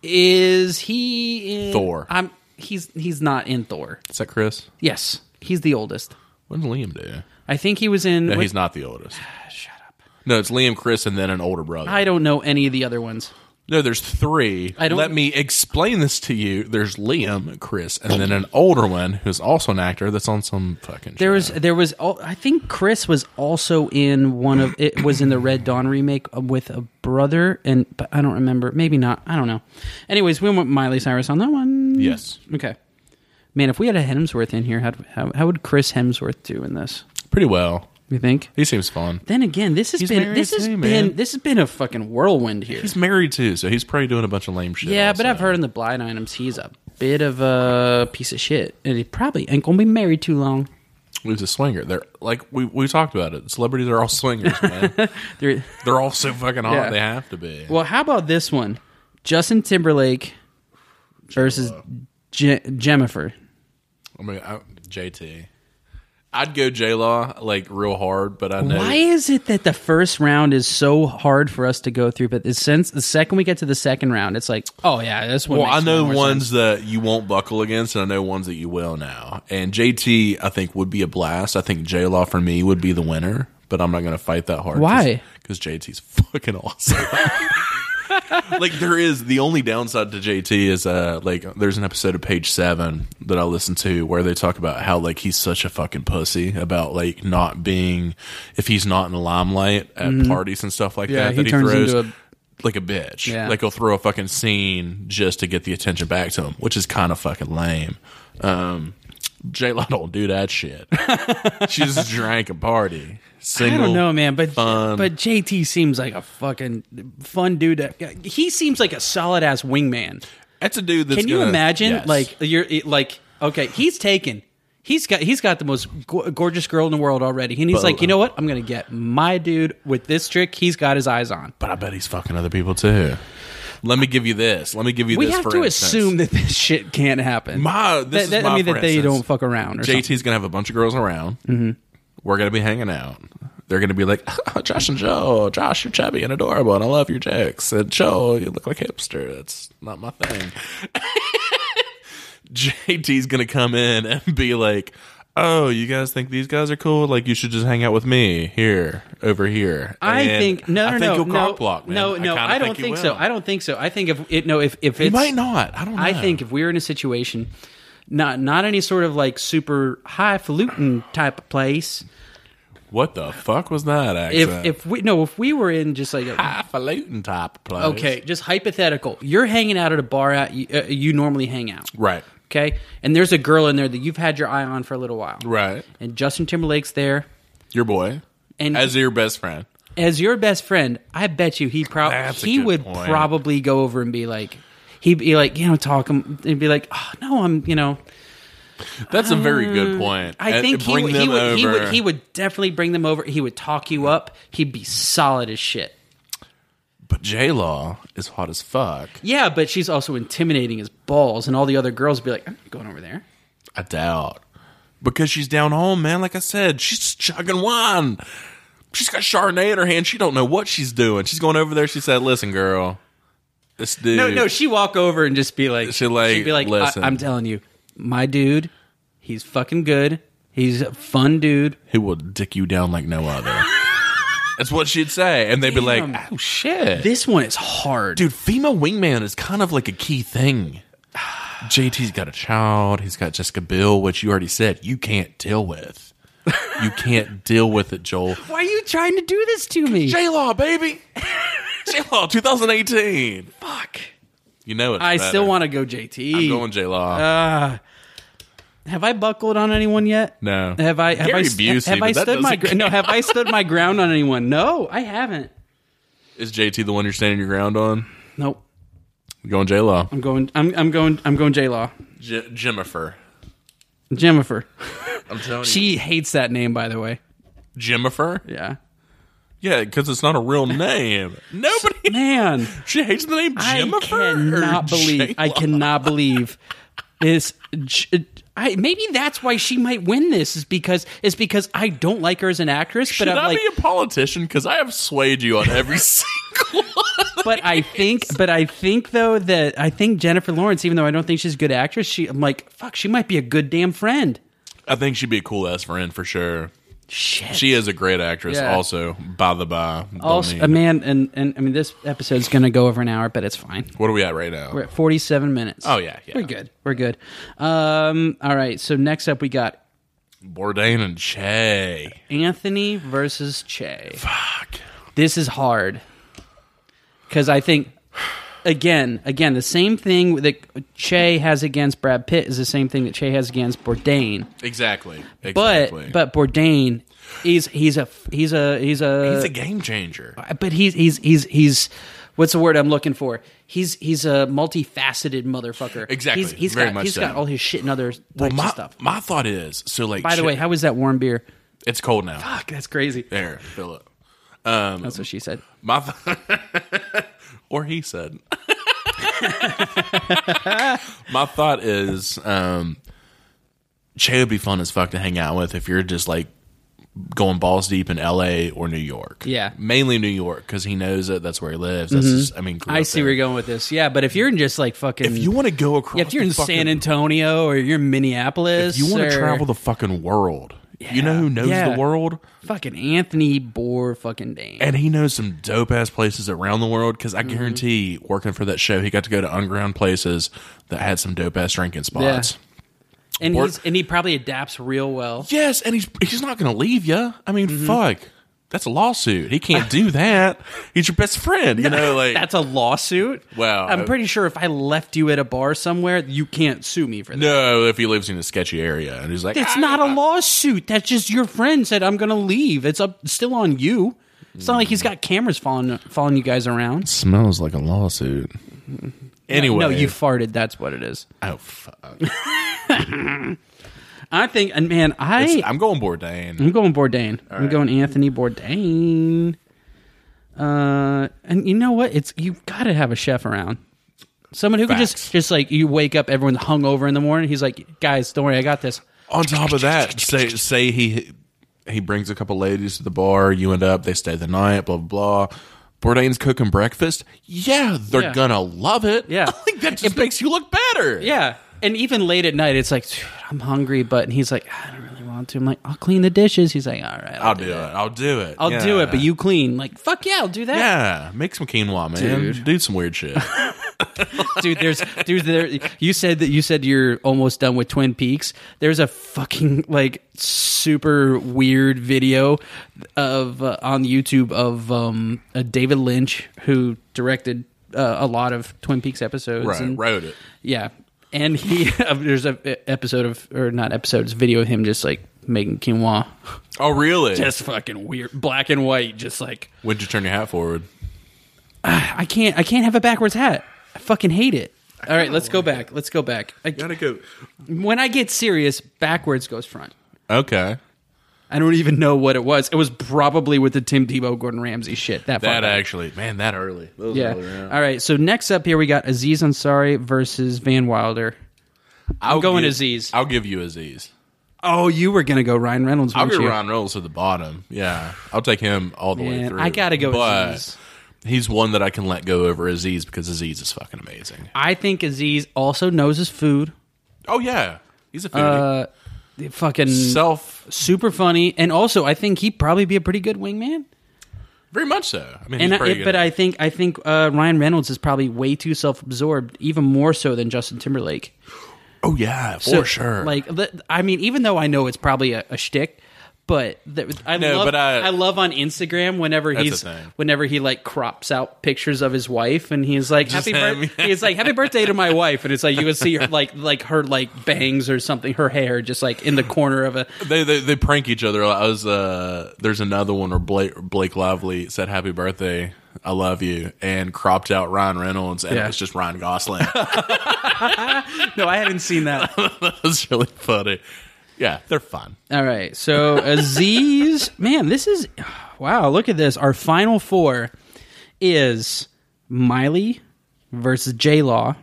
S2: Is he in
S1: Thor.
S2: I'm he's he's not in Thor.
S1: Is that Chris?
S2: Yes, he's the oldest.
S1: What did Liam do?
S2: I think he was in.
S1: No,
S2: what-
S1: he's not the oldest. Shut up. No, it's Liam, Chris, and then an older brother.
S2: I don't know any of the other ones.
S1: no, there's three.
S2: I don't-
S1: Let me explain this to you. There's Liam, Chris, and then an older one who's also an actor that's on some fucking.
S2: There was there was al- I think Chris was also in one of it was in the Red Dawn remake with a brother and but I don't remember maybe not I don't know. Anyways, we went Miley Cyrus on that one.
S1: Yes.
S2: Okay. Man, if we had a Hemsworth in here, how how, how would Chris Hemsworth do in this?
S1: Pretty well.
S2: You think?
S1: He seems fun.
S2: Then again, this has
S1: He's
S2: been
S1: married
S2: this has
S1: too,
S2: been
S1: man.
S2: this has been a fucking whirlwind here.
S1: He's married too, so he's probably doing a bunch of lame shit.
S2: Yeah, but
S1: also.
S2: I've heard in the blind items he's a bit of a piece of shit, and he probably ain't gonna be married too long.
S1: He's a swinger. They're like we we talked about it. Celebrities are all swingers, man.
S2: There-
S1: They're all so fucking hot.
S2: Yeah.
S1: They have to be.
S2: Well, how about this one? Justin Timberlake versus Je- Jennifer.
S1: I mean, I, JT. I'd go J Law like real hard, but I know
S2: Why is it that the first round is so hard for us to go through, but the- since the second we get to the second round, it's like, oh yeah, this one.
S1: Well, I
S2: makes
S1: know
S2: more sense.
S1: ones that you won't buckle against, and I know ones that you will now. And JT, I think, would be a blast. I think J Law for me would be the winner, but I'm not going to fight that hard.
S2: Why?
S1: Because JT's fucking awesome. like there is the only downside to JT is uh like there's an episode of Page Seven that I listen to where they talk about how like he's such a fucking pussy about like not being if he's not in the limelight at parties and stuff like
S2: Mm-hmm. Yeah,
S1: that.
S2: he
S1: that he
S2: turns
S1: throws,
S2: into a
S1: like a bitch.
S2: Yeah.
S1: Like he'll throw a fucking scene just to get the attention back to him, which is kind of fucking lame. Um, J Lo don't do that shit. she just drank a party.
S2: I
S1: Single.
S2: don't know, man, but
S1: fun.
S2: but JT seems like a fucking fun dude. to- He seems like a solid ass wingman.
S1: That's a dude. That's
S2: Can you
S1: gonna-
S2: imagine?
S1: Yes.
S2: Like you're it- like okay, he's taken. He's got he's got the most go- gorgeous girl in the world already, and he's like, you know what? I'm gonna get my dude with this trick. He's got his eyes on.
S1: But I bet he's fucking other people too. Let me give you this. Let me give you
S2: We
S1: this.
S2: have
S1: for
S2: to
S1: instance.
S2: assume that this shit can't happen.
S1: my this
S2: That- that-
S1: is my,
S2: I mean
S1: for
S2: that they
S1: instance.
S2: don't fuck around. Or something.
S1: JT's gonna have a bunch of girls around. Mm-hmm. We're gonna be hanging out. They're gonna be like, "Oh, Josh and Joe. Josh, you're chubby and adorable, and I love your jokes. And Joe, you look like a hipster. That's not my thing. JT's gonna come in and be like, Oh, you guys think these guys are cool? Like, you should just hang out with me here, over here.
S2: I
S1: And
S2: think no, no,
S1: I think
S2: no,
S1: you'll
S2: no,
S1: cock block, man.
S2: no, no.
S1: kinda
S2: I, don't
S1: you
S2: think, so.
S1: will.
S2: I don't think so. I think if it, no, if if
S1: you
S2: it's
S1: might not. I don't. know.
S2: I think if we're in a situation, not not any sort of like super highfalutin type of place.
S1: What the fuck was that
S2: If
S1: accent?
S2: if we no, if we were in just like a,
S1: highfalutin type of place.
S2: okay, just hypothetical, you're hanging out at a bar at you, uh, you normally hang out,
S1: Right.
S2: okay, and there's a girl in there that you've had your eye on for a little while,
S1: Right.
S2: and Justin Timberlake's there,
S1: Your boy.
S2: and
S1: As your best friend.
S2: as your best friend, I bet you he probably
S1: That's a
S2: he
S1: good
S2: would
S1: point.
S2: probably go over and be like, he'd be like, you know, talk him and be like, oh, no, I'm, you know,
S1: That's a very good point.
S2: Um, I
S1: And
S2: think he
S1: bring
S2: would,
S1: them
S2: he, would, he would
S1: over.
S2: he would definitely bring them over. He would talk you up. He'd be solid as shit.
S1: But J Law is hot as fuck.
S2: Yeah, but she's also intimidating as balls, and all the other girls would be like, I'm not going over there.
S1: I doubt. Because she's down home, man. Like I said, she's chugging wine. She's got Chardonnay in her hand. She don't know what she's doing. She's going over there. She said, "Listen, girl, this dude."
S2: No, no, she walk over and just be like,
S1: She like,
S2: she'd be like,
S1: "Listen."
S2: I, am telling you, my dude, he's fucking good. He's a fun dude.
S1: He will dick you down like no other. That's what she'd say, and they'd be like, "Oh shit,
S2: This one is hard.
S1: dude, female wingman is kind of like a key thing. JT's got a child. He's got Jessica Bill, which you already said you can't deal with. You can't deal with it, Joel.
S2: Why are you trying to do this to me?
S1: J Law, baby. J Law, 2018.
S2: Fuck.
S1: You know it.
S2: I still want to uh, go JT.
S1: I'm going J Law.
S2: have I buckled on anyone yet?
S1: no.
S2: Have I have
S1: Gary
S2: I
S1: Busey,
S2: have
S1: but
S2: I
S1: that
S2: stood my
S1: doesn't
S2: gr- no have I stood my ground on anyone? No, I haven't.
S1: Is JT the one you're standing your ground on?
S2: Nope.
S1: You're going J Law.
S2: I'm going I'm I'm going I'm going J Law.
S1: J- Jimifer.
S2: Jennifer.
S1: I'm telling
S2: She hates that name by the way.
S1: Jimifer?
S2: Yeah.
S1: Yeah, because it's not a real name. Nobody.
S2: Man,
S1: She hates the name
S2: I
S1: Jimifer.
S2: cannot
S1: or
S2: believe I
S1: J-Law?
S2: cannot believe is J- I, maybe that's why she might win this is because is because I don't like her as an actress,
S1: Should
S2: but I'm
S1: I
S2: like
S1: be a politician? Because I have swayed you on every single one.
S2: but I think, but I think though that I think Jennifer Lawrence, even though I don't think she's a good actress, she I'm like, fuck, she might be a good damn friend.
S1: I think she'd be a cool ass friend for sure.
S2: Shit.
S1: She is a great actress,
S2: Yeah.
S1: also, by the by. Don't
S2: also,
S1: need-
S2: a man, and and I mean, this episode's gonna go over an hour, but it's fine.
S1: what are we at right now?
S2: We're at 47 minutes.
S1: Oh, yeah, yeah.
S2: we're good. We're good. Um, all right. So next up, we got
S1: Bourdain and Che.
S2: Anthony versus Che.
S1: Fuck.
S2: This is hard because I think. Again, again, the same thing that Che has against Brad Pitt is the same thing that Che has against Bourdain.
S1: Exactly.
S2: But
S1: exactly.
S2: but Bourdain, he's he's a he's a he's a,
S1: he's a game changer.
S2: but he's he's he's he's what's the word I'm looking for? He's he's a multifaceted motherfucker.
S1: Exactly.
S2: He's, he's
S1: Very
S2: got
S1: much
S2: he's
S1: so.
S2: got all his shit and other types
S1: Well,
S2: of
S1: my,
S2: stuff.
S1: my thought is so like.
S2: By the
S1: Che-
S2: way, how is that warm beer?
S1: it's cold now.
S2: Fuck, that's crazy.
S1: There, Philip.
S2: That's what she said.
S1: My th- or he said. My thought is, um, Che would be fun as fuck to hang out with if you're just like going balls deep in L.A. or New York.
S2: Yeah. Mm-hmm.
S1: mainly New York because he knows that that's where he lives. That's just, I mean, grew
S2: I
S1: up
S2: see
S1: there.
S2: where you're going with this. Yeah, but if you're in just like fucking
S1: If you want to go across,
S2: yeah, if you're in
S1: the fucking-
S2: San Antonio or you're in Minneapolis,
S1: if you want
S2: or-
S1: to travel the fucking world. You know who knows
S2: Yeah.
S1: the world,
S2: fucking Anthony Boer fucking Dane.
S1: and he knows some dope ass places around the world. Because
S2: Mm-hmm.
S1: I guarantee, working for that show, he got to go to underground places that had some dope ass drinking spots.
S2: and
S1: Boer-
S2: he's and he probably adapts real well.
S1: Yes, and he's he's not going to leave you. I mean,
S2: Mm-hmm.
S1: fuck, that's a lawsuit. He can't do that. He's your best friend. You know, like
S2: That's a lawsuit.
S1: Wow.
S2: I'm pretty sure if I left you at a bar somewhere, you can't sue me for that.
S1: no, if he lives in a sketchy area and he's like,
S2: It's
S1: "Ah,
S2: not a lawsuit. That's just your friend said I'm going to leave. It's up still on you. It's not like
S1: Mm.
S2: he's got cameras following following you guys around.
S1: smells like a lawsuit.
S2: Mm-hmm.
S1: Anyway,
S2: No, you farted. That's what it is.
S1: oh fuck.
S2: I think, and man, I
S1: I'm going Bourdain.
S2: I'm going Bourdain. I'm going Anthony Bourdain. Uh, and you know what? It's you've got to have a chef around. Someone who can
S1: Facts.
S2: just just like you wake up, everyone's hungover in the morning. He's like, guys, don't worry, I got this.
S1: On top of that, say say he he brings a couple ladies to the bar. You end up, they stay the night. Blah blah blah. Bourdain's cooking breakfast. Yeah, they're
S2: Yeah.
S1: gonna love it.
S2: Yeah.
S1: I think that just makes you look better.
S2: Yeah. And even late at night, it's like, "Dude, I'm hungry, but and he's like, I don't really want to. I'm like, I'll clean the dishes. He's like, all right, I'll,
S1: I'll do it. I'll do it.
S2: I'll do
S1: Yeah.
S2: it, but you clean. Like, fuck yeah, I'll do that.
S1: Yeah, make some quinoa, man.
S2: Dude.
S1: Do some weird shit.
S2: dude there's dude there you said that you said you're almost done with twin peaks there's a fucking like super weird video of uh, on youtube of um uh, david lynch who directed uh, a lot of twin peaks episodes
S1: right,
S2: and,
S1: wrote it.
S2: yeah and he there's a e, episode of or not episodes video of him just like making quinoa
S1: Oh, really?
S2: that's fucking weird black and white just like
S1: Would you turn your hat forward?
S2: i can't i can't have a backwards hat i fucking hate it all right, let's go back. Let's go back. I,
S1: Gotta go.
S2: when I get serious, backwards goes front.
S1: Okay,
S2: I don't even know what it was. It was probably with the Tim Tebow, Gordon Ramsay shit. That, far
S1: that
S2: back.
S1: actually, man, that early. That was
S2: yeah.
S1: early, yeah.
S2: All right. So next up here, we got Aziz Ansari versus Van Wilder.
S1: I'll
S2: going
S1: give,
S2: Aziz.
S1: I'll give you Aziz.
S2: Oh, you were gonna go Ryan Reynolds.
S1: I'll
S2: weren't
S1: give
S2: you?
S1: Ron Rolls to the bottom. Yeah, I'll take him all the way
S2: Man,
S1: through.
S2: I gotta go
S1: But
S2: Aziz.
S1: he's one that I can let go over Aziz because Aziz is fucking amazing.
S2: I think Aziz also knows his food.
S1: Oh yeah, he's a foodie.
S2: Uh, the fucking
S1: self
S2: super funny, and also I think he'd probably be a pretty good wingman.
S1: very much so. I mean,
S2: And
S1: he's
S2: I,
S1: pretty
S2: it,
S1: good
S2: but
S1: at
S2: I
S1: it.
S2: think I think uh, Ryan Reynolds is probably way too self-absorbed, even more so than Justin Timberlake.
S1: oh yeah, for
S2: So,
S1: sure.
S2: Like, the, I mean, even though I know it's probably a, a shtick, but the, I
S1: No,
S2: love
S1: but I-
S2: I, love on Instagram whenever
S1: the
S2: he's
S1: thing.
S2: whenever he like crops out pictures of his wife and he's like happy
S1: him.
S2: birthday. he's like happy birthday to my wife, and it's like you can see her like like her like bangs or something, her hair just like in the corner of a.
S1: they, they they prank each other. I was uh, there's another one where Blake Blake Lively said "Happy Birthday, I love you" and cropped out Ryan Reynolds, and
S2: Yeah.
S1: it was just Ryan Gosling.
S2: No, I haven't seen that.
S1: that was really funny. Yeah, they're fun.
S2: All right, so Aziz, man, this is wow. Look at this. Our final four is Miley versus J Law.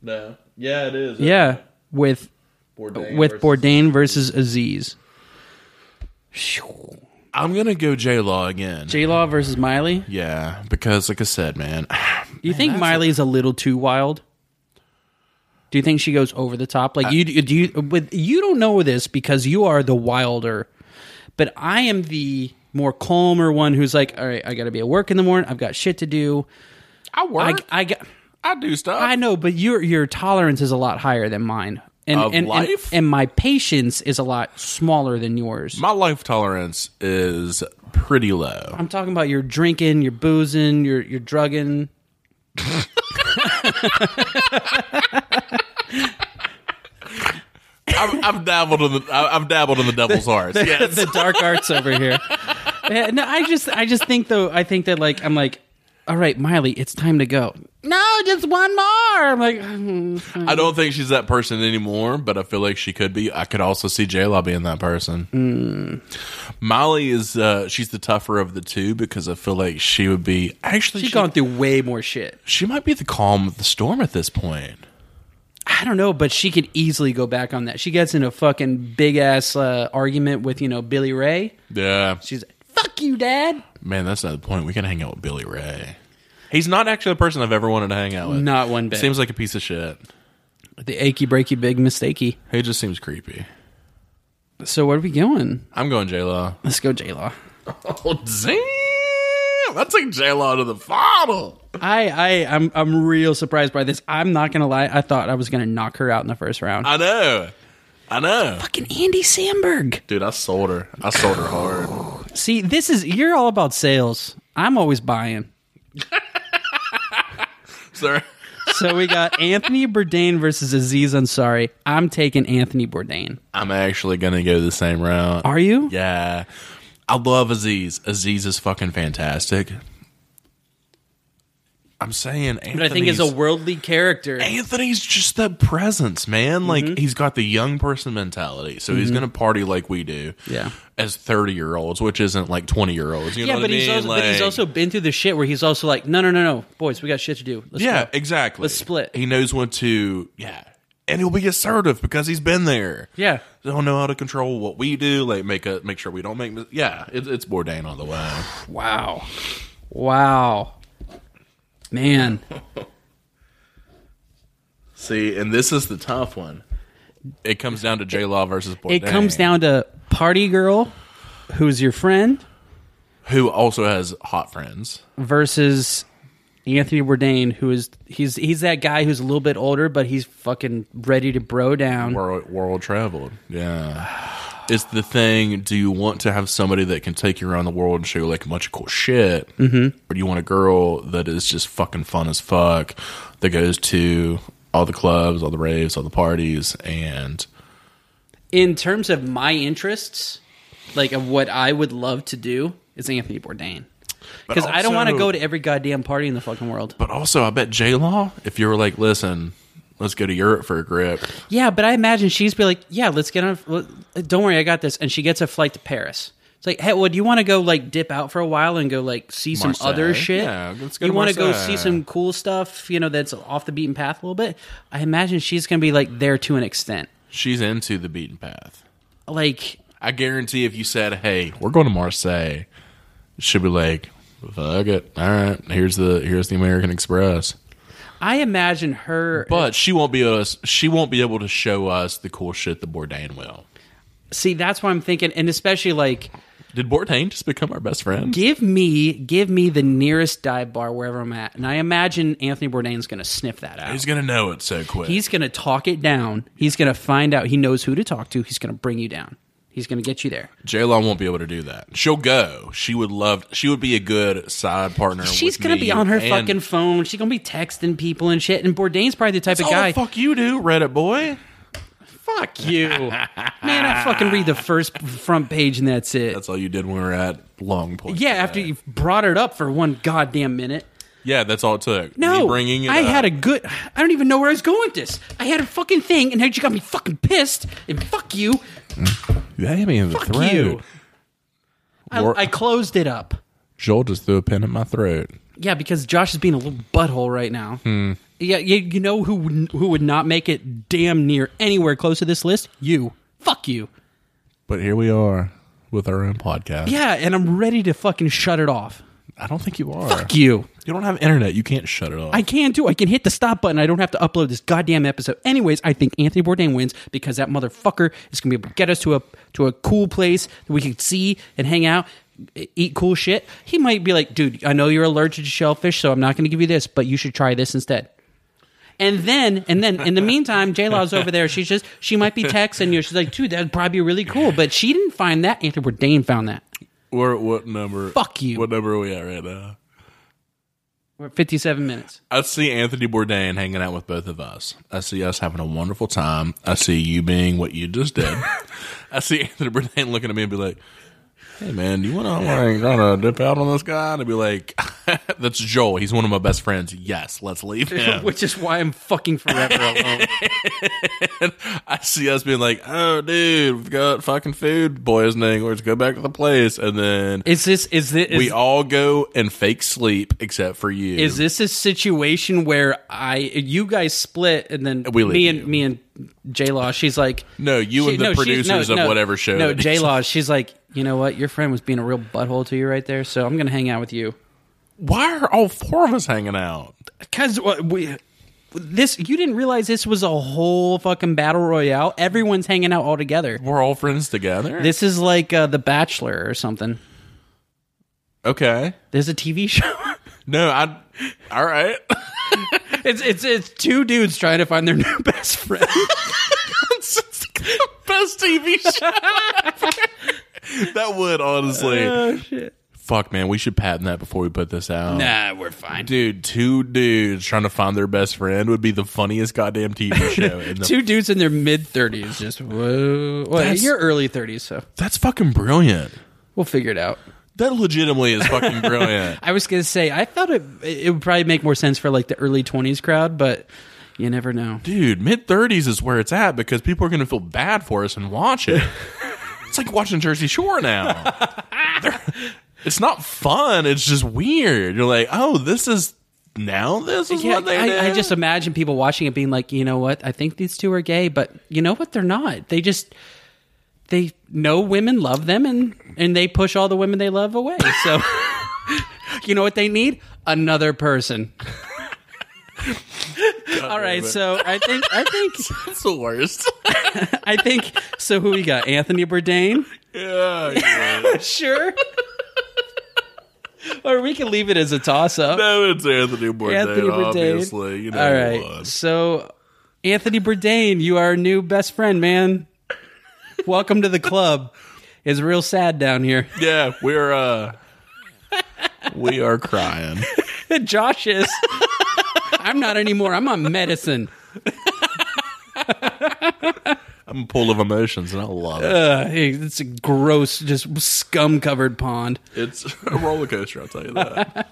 S1: No, yeah, it is.
S2: Yeah, with with Bourdain versus Aziz.
S1: I'm gonna go J Law again.
S2: J Law versus Miley.
S1: yeah, because like I said, man,
S2: Do you think Miley's a little too wild? Do you think she goes over the top?
S1: Uh,
S2: Like you do you with you don't know this because you are the wilder, but I am the more calmer one who's like, all right, I got to be at work in the morning. I've got shit to do.
S1: I
S2: I,
S1: work, I,
S2: I got.
S1: do stuff.
S2: I know, but your your tolerance is a lot higher than mine, and
S1: Of
S2: and, and
S1: life?
S2: and my patience is a lot smaller than yours.
S1: My life tolerance is pretty low.
S2: I'm talking about your drinking, your boozing, your your drugging.
S1: I've, I've dabbled in the I've dabbled in the devil's hearts. Yes.
S2: the dark arts over here. Yeah, no, I just I just think though I think that like I'm like, all right, Miley, it's time to go. No, just one more. I'm like, "Hmm."
S1: I don't think she's that person anymore, but I feel like she could be. I could also see J Law being that person.
S2: Hmm.
S1: Molly is uh, she's the tougher of the two because I feel like she would be actually
S2: she's
S1: she,
S2: gone through way more shit.
S1: she might be the calm of the storm at this point.
S2: I don't know, but she could easily go back on that. She gets in a fucking big ass uh, argument with you know Billy Ray.
S1: Yeah,
S2: She's like, fuck you, dad.
S1: man, that's not the point. We can hang out with Billy Ray. He's not actually the person I've ever wanted to hang out with.
S2: Not one bit.
S1: Seems like a piece of shit.
S2: the achy breaky big mistakey.
S1: He just seems creepy.
S2: So where are we going?
S1: I'm going J Law.
S2: Let's go, J Law.
S1: Oh damn! That's like J Law to the final.
S2: I I I'm I'm real surprised by this. I'm not gonna lie. I thought I was gonna knock her out in the first round.
S1: I know. I know.
S2: fucking Andy Sandberg.
S1: Dude, I sold her. I sold her hard.
S2: See, this is you're all about sales. I'm always buying.
S1: Sir.
S2: So we got Anthony Bourdain versus Aziz Ansari. I'm taking Anthony Bourdain.
S1: I'm actually gonna go the same route.
S2: Are you?
S1: Yeah. I love Aziz. Aziz is fucking fantastic. I'm saying
S2: But I think is a
S1: Anthony's-
S2: worldly character.
S1: Anthony's just that presence, man. Like
S2: Mm-hmm.
S1: he's got the young person mentality, so he's gonna party like we do.
S2: Yeah.
S1: as thirty year olds, which isn't like twenty year olds. You
S2: Yeah,
S1: know
S2: but
S1: what I
S2: he's,
S1: mean?
S2: also, but he's
S1: Like-
S2: also been through the shit where he's also like, no, no, no, no, boys, we got shit to do. Let's
S1: yeah,
S2: go.
S1: exactly.
S2: Let's split.
S1: He knows when to yeah, and he'll be assertive because he's been there.
S2: yeah.
S1: He'll know how to control what we do. Like make a make sure we don't make mis- yeah. It, it's Bourdain all the way.
S2: Wow, wow, man.
S1: See, and this is the tough one. It comes down to J Law versus Bourdain.
S2: It comes down to party girl, who's your friend,
S1: who also has hot friends.
S2: versus Anthony Bourdain, who is he's he's that guy who's a little bit older, but he's fucking ready to bro down.
S1: world, world traveled. Yeah. It's the thing. Do you want to have somebody that can take you around the world and show you like a bunch of cool shit, mm-hmm. or do you want a girl that is just fucking fun as fuck that goes to all the clubs, all the raves, all the parties, and
S2: In terms of my interests, like of what I would love to do, is Anthony Bourdain. Because I don't want to
S1: also-
S2: go to every goddamn party in the fucking world.
S1: but also I bet J Law, if you were like, listen, let's go to Europe for a grip,
S2: Yeah, but I imagine she's be like, "Yeah, let's get on. a- l- Don't worry, I got this." And she gets a flight to Paris. It's like, "Hey, well, do you want to go like dip out for a while and go like see some
S1: Marseille.
S2: other shit?
S1: Yeah, let's go
S2: you
S1: to
S2: wanna go
S1: Marseille."
S2: see some cool stuff? You know, that's off the beaten path a little bit." I imagine she's gonna be like there to an extent.
S1: she's into the beaten path.
S2: Like,
S1: I guarantee if you said, "Hey, we're going to Marseille," she'd be like, "Fuck it, all right. Here's the here's the American Express."
S2: I imagine her.
S1: But she won't be able to, she won't be able to show us the cool shit that Bourdain will.
S2: see, that's what I'm thinking, and especially like,
S1: Did Bourdain just become our best friend?
S2: give me, give me the nearest dive bar wherever I'm at, and I imagine Anthony Bourdain's gonna sniff that out.
S1: He's gonna know it so quick.
S2: He's going to talk it down. He's going to find out. He knows who to talk to. He's going to bring you down. He's going to get you there.
S1: J Law won't be able to do that. She'll go. She would love. She would be a good side partner.
S2: She's
S1: going to
S2: be on her fucking phone. She's going to be texting people and shit. And Bourdain's probably the type of
S1: all
S2: guy.
S1: the Oh, fuck you do, Reddit boy.
S2: fuck you, man! I fucking read the first front page and that's it.
S1: That's all you did when we were at Long Point.
S2: yeah, after you brought it up for one goddamn minute.
S1: yeah, that's all it took.
S2: No,
S1: Me bringing it
S2: I
S1: up.
S2: had a good. I don't even know where I was going with this. I had a fucking thing, and now you got me fucking pissed. And fuck you,
S1: You hit me in the
S2: fuck you. I,
S1: Wor-
S2: I closed it up.
S1: Joel just threw a pin in my throat.
S2: Yeah, because Josh is being a little butthole right now. Yeah, you, you know who would- who would not make it damn near anywhere close to this list? You. Fuck you.
S1: But here we are with our own podcast.
S2: Yeah, and I'm ready to fucking shut it off.
S1: I don't think you are.
S2: Fuck you.
S1: You don't have internet. You can't shut it off.
S2: I can too. I can hit the stop button. I don't have to upload this goddamn episode. Anyways, I think Anthony Bourdain wins because that motherfucker is gonna be able to get us to a to a cool place that we can see and hang out, e- eat cool shit. He might be like, dude, I know you're allergic to shellfish, so I'm not gonna give you this, but you should try this instead. And then, and then, in the meantime, J Law's over there. She's just, she might be texting you. She's like, dude, that'd probably be really cool. But she didn't find that. Anthony Bourdain found that.
S1: We're at what number?
S2: Fuck you.
S1: What number are we at right now?
S2: We're at 57 minutes.
S1: I see Anthony Bourdain hanging out with both of us. I see us having a wonderful time. I see you being what you just did. I see Anthony Bourdain looking at me and be like, "Hey man, do you want to like kind of dip out on this guy?" And I'd be like, "That's Joel. He's one of my best friends. Yes, let's leave him."
S2: Which is why I'm fucking forever alone.
S1: I see us being like, "Oh, dude, we've got fucking food poisoning. Let's go back to the place." And then
S2: Is this, is this,
S1: we all go and fake sleep except for you.
S2: Is this a situation where I you guys split and then
S1: We leave
S2: me
S1: you.
S2: and me and J Law? She's like,
S1: No, you and the
S2: she's-
S1: producers of whatever show
S2: No,
S1: it is.
S2: J Law. She's like, you know what? Your friend was being a real butthole to you right there, so I'm gonna hang out with you
S1: Why are all four of us hanging out?
S2: because we. This you didn't realize this was a whole fucking battle royale. Everyone's hanging out all together.
S1: We're all friends together.
S2: This is like uh, The Bachelor or something.
S1: okay.
S2: There's a TV show.
S1: No, I. All right.
S2: it's it's it's two dudes trying to find their new best friend.
S1: Best TV show. ever. that would honestly.
S2: Oh, shit.
S1: Fuck, man. We should patent that before we put this out.
S2: Nah, we're fine.
S1: Dude, two dudes trying to find their best friend would be the funniest goddamn TV show. In the,
S2: two dudes in their mid 30s just whoa well,
S1: That's-
S2: you're early 30s so
S1: that's fucking brilliant.
S2: we'll figure it out
S1: That legitimately is fucking brilliant.
S2: I was gonna say I thought it it would probably make more sense for like the early twenties crowd, but you never know.
S1: Dude, mid 30s is where it's at because people are going to feel bad for us and watch it. it's like watching Jersey Shore now. They're- it's not fun. It's just weird. You're like, oh, this is now this is
S2: Yeah,
S1: what they
S2: I, I
S1: did?
S2: just imagine people watching it being like, you know what? I think these two are gay, but you know what? They're not. They just they know women love them, and and they push all the women they love away. So you know what they need? Another person. all right, so I think I think
S1: That's the worst.
S2: I think so. Who we got? Anthony Bourdain.
S1: yeah. yeah.
S2: Sure. or we can leave it as a toss up.
S1: No, it's Anthony Bourdain,
S2: Anthony Bourdain.
S1: obviously. You know
S2: All
S1: it
S2: right.
S1: was.
S2: So, Anthony Bourdain, you are our new best friend, man. Welcome to the club. It's real sad down here.
S1: Yeah, we're uh we are crying.
S2: Josh is. I'm not anymore. I'm on medicine.
S1: I'm full of emotions and I love it.
S2: Uh, hey, it's a gross, just scum covered pond.
S1: It's a roller coaster, I'll tell you that.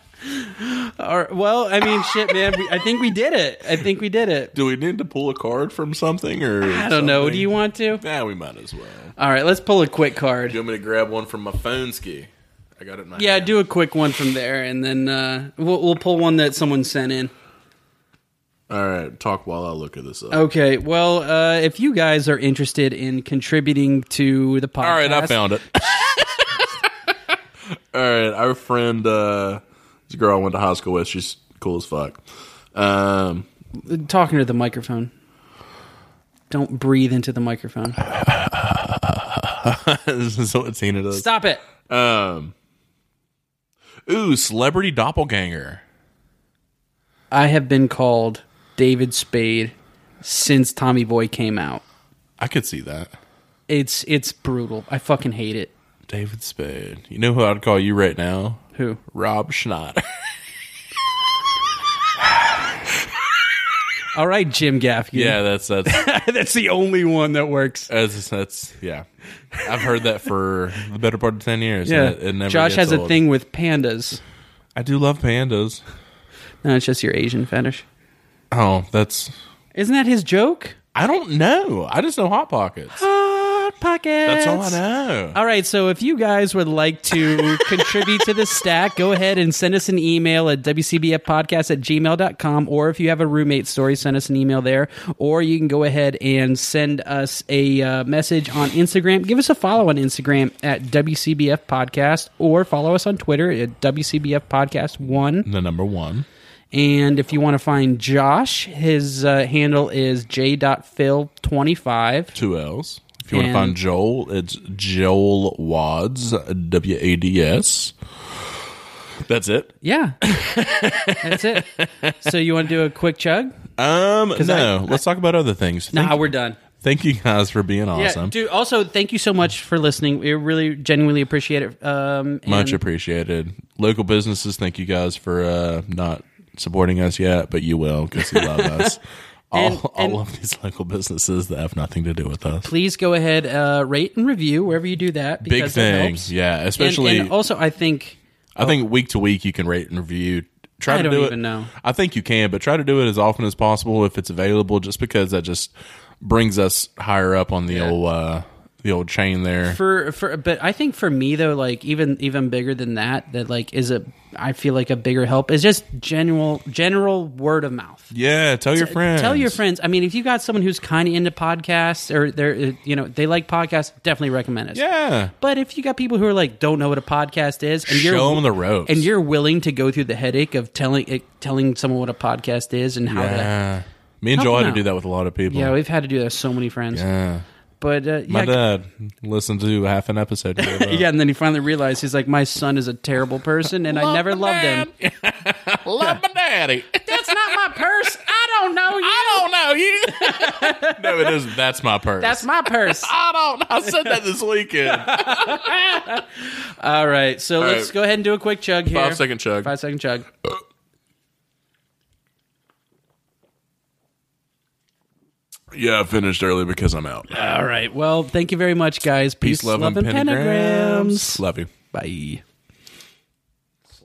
S2: All right, well, I mean, shit, man. We, I think we did it. I think we did it.
S1: Do we need to pull a card from something or
S2: I don't know. Do you want to?
S1: Yeah, we might as well.
S2: All right, let's pull a quick card.
S1: Do you want me to grab one from my phone ski? I got it in my
S2: Yeah,
S1: hand.
S2: do a quick one from there, and then uh, we'll, we'll pull one that someone sent in.
S1: All right, talk while I look at this up.
S2: Okay, well, uh, if you guys are interested in contributing to the podcast,
S1: All right, I found it. All right, our friend, uh, this girl I went to high school with, she's cool as fuck. Um,
S2: talking to the microphone. Don't breathe into the microphone.
S1: this is what Tina does.
S2: Stop it.
S1: Um, ooh, celebrity doppelganger.
S2: I have been called David Spade since Tommy Boy came out.
S1: I could see that.
S2: It's it's brutal. I fucking hate it.
S1: David Spade. You know who I'd call you right now?
S2: Who?
S1: Rob Schneider.
S2: All right, Jim Gaffigan.
S1: yeah, that's that's
S2: that's the only one that works.
S1: that's, that's yeah. I've heard that for the better part of ten years.
S2: Yeah,
S1: and it, it never
S2: Josh has
S1: gets
S2: a
S1: old.
S2: thing with pandas.
S1: I do love pandas.
S2: No, it's just your Asian fetish.
S1: Oh, that's
S2: Isn't that his joke?
S1: I don't know. I just know hot pockets.
S2: Hot pockets.
S1: That's all I know.
S2: All right, so if you guys would like to contribute to the stack, go ahead and send us an email at wcbfpodcast at gmail.com. Or if you have a roommate story, send us an email there. Or you can go ahead and send us a uh, message on Instagram. Give us a follow on Instagram at WCBF Podcast or follow us on Twitter at WCBF Podcast 1.
S1: The number one.
S2: And if you want to find Josh, his uh, handle is j.phil25.
S1: Two L's. If you want to
S2: And-
S1: find Joel, it's Joel Wads, W A D S. That's it.
S2: Yeah. That's it. So you want to do a quick chug?
S1: Um,
S2: I-
S1: no, let's talk about other things.
S2: Nah,
S1: Thank,
S2: we're done.
S1: thank you guys for being awesome.
S2: Yeah, dude. Also, thank you so much for listening. We really genuinely appreciate it. Um, and-
S1: Much appreciated. Local businesses, thank you guys for uh, not supporting us yet, but you will because you love us. All,
S2: And- and-
S1: all of these local businesses that have nothing to do with us.
S2: please go ahead, uh, rate and review wherever you do that. Because
S1: Big
S2: it helps.
S1: things, yeah.
S2: And-
S1: Especially,
S2: and oh, also, I think
S1: I think week to week you can rate and review. Try
S2: I
S1: to
S2: don't
S1: do
S2: even
S1: it.
S2: know.
S1: I think you can, but try to do it as often as possible if it's available, just because that just brings us higher up on the old uh, the old chain there.
S2: for for but I think for me though, like even even bigger than that, that like is a I feel like a bigger help is just general general word of mouth.
S1: yeah, tell your friends.
S2: Tell your friends. I mean, if you got someone who's kind of into podcasts or they're uh, you know they like podcasts, definitely recommend us.
S1: Yeah.
S2: But if you got people who are like don't know what a podcast is, and you're
S1: Show 'em the ropes.
S2: and you're willing to go through the headache of telling eh, telling someone what a podcast is and how to,
S1: Yeah. Me and
S2: Help
S1: Joel had
S2: them
S1: to
S2: out.
S1: do that with a lot of people.
S2: yeah, we've had to do that with so many friends.
S1: Yeah.
S2: But uh,
S1: My
S2: yeah,
S1: dad listened to half an episode. of it.
S2: yeah, and then he finally realized he's like, my son is a terrible person, and I never loved him.
S1: Love my daddy.
S2: That's not my purse. I don't know you.
S1: I don't know you. no, it is. That's my purse.
S2: That's my purse.
S1: I don't. I said that this weekend.
S2: All right, so let's
S1: right.
S2: go ahead and do a quick chug here.
S1: Five second chug.
S2: Five second chug.
S1: Yeah, I finished early because I'm out.
S2: All right. Well, thank you very much, guys. Peace,
S1: Peace, love, and pentagrams. Love you.
S2: pentagrams. Bye.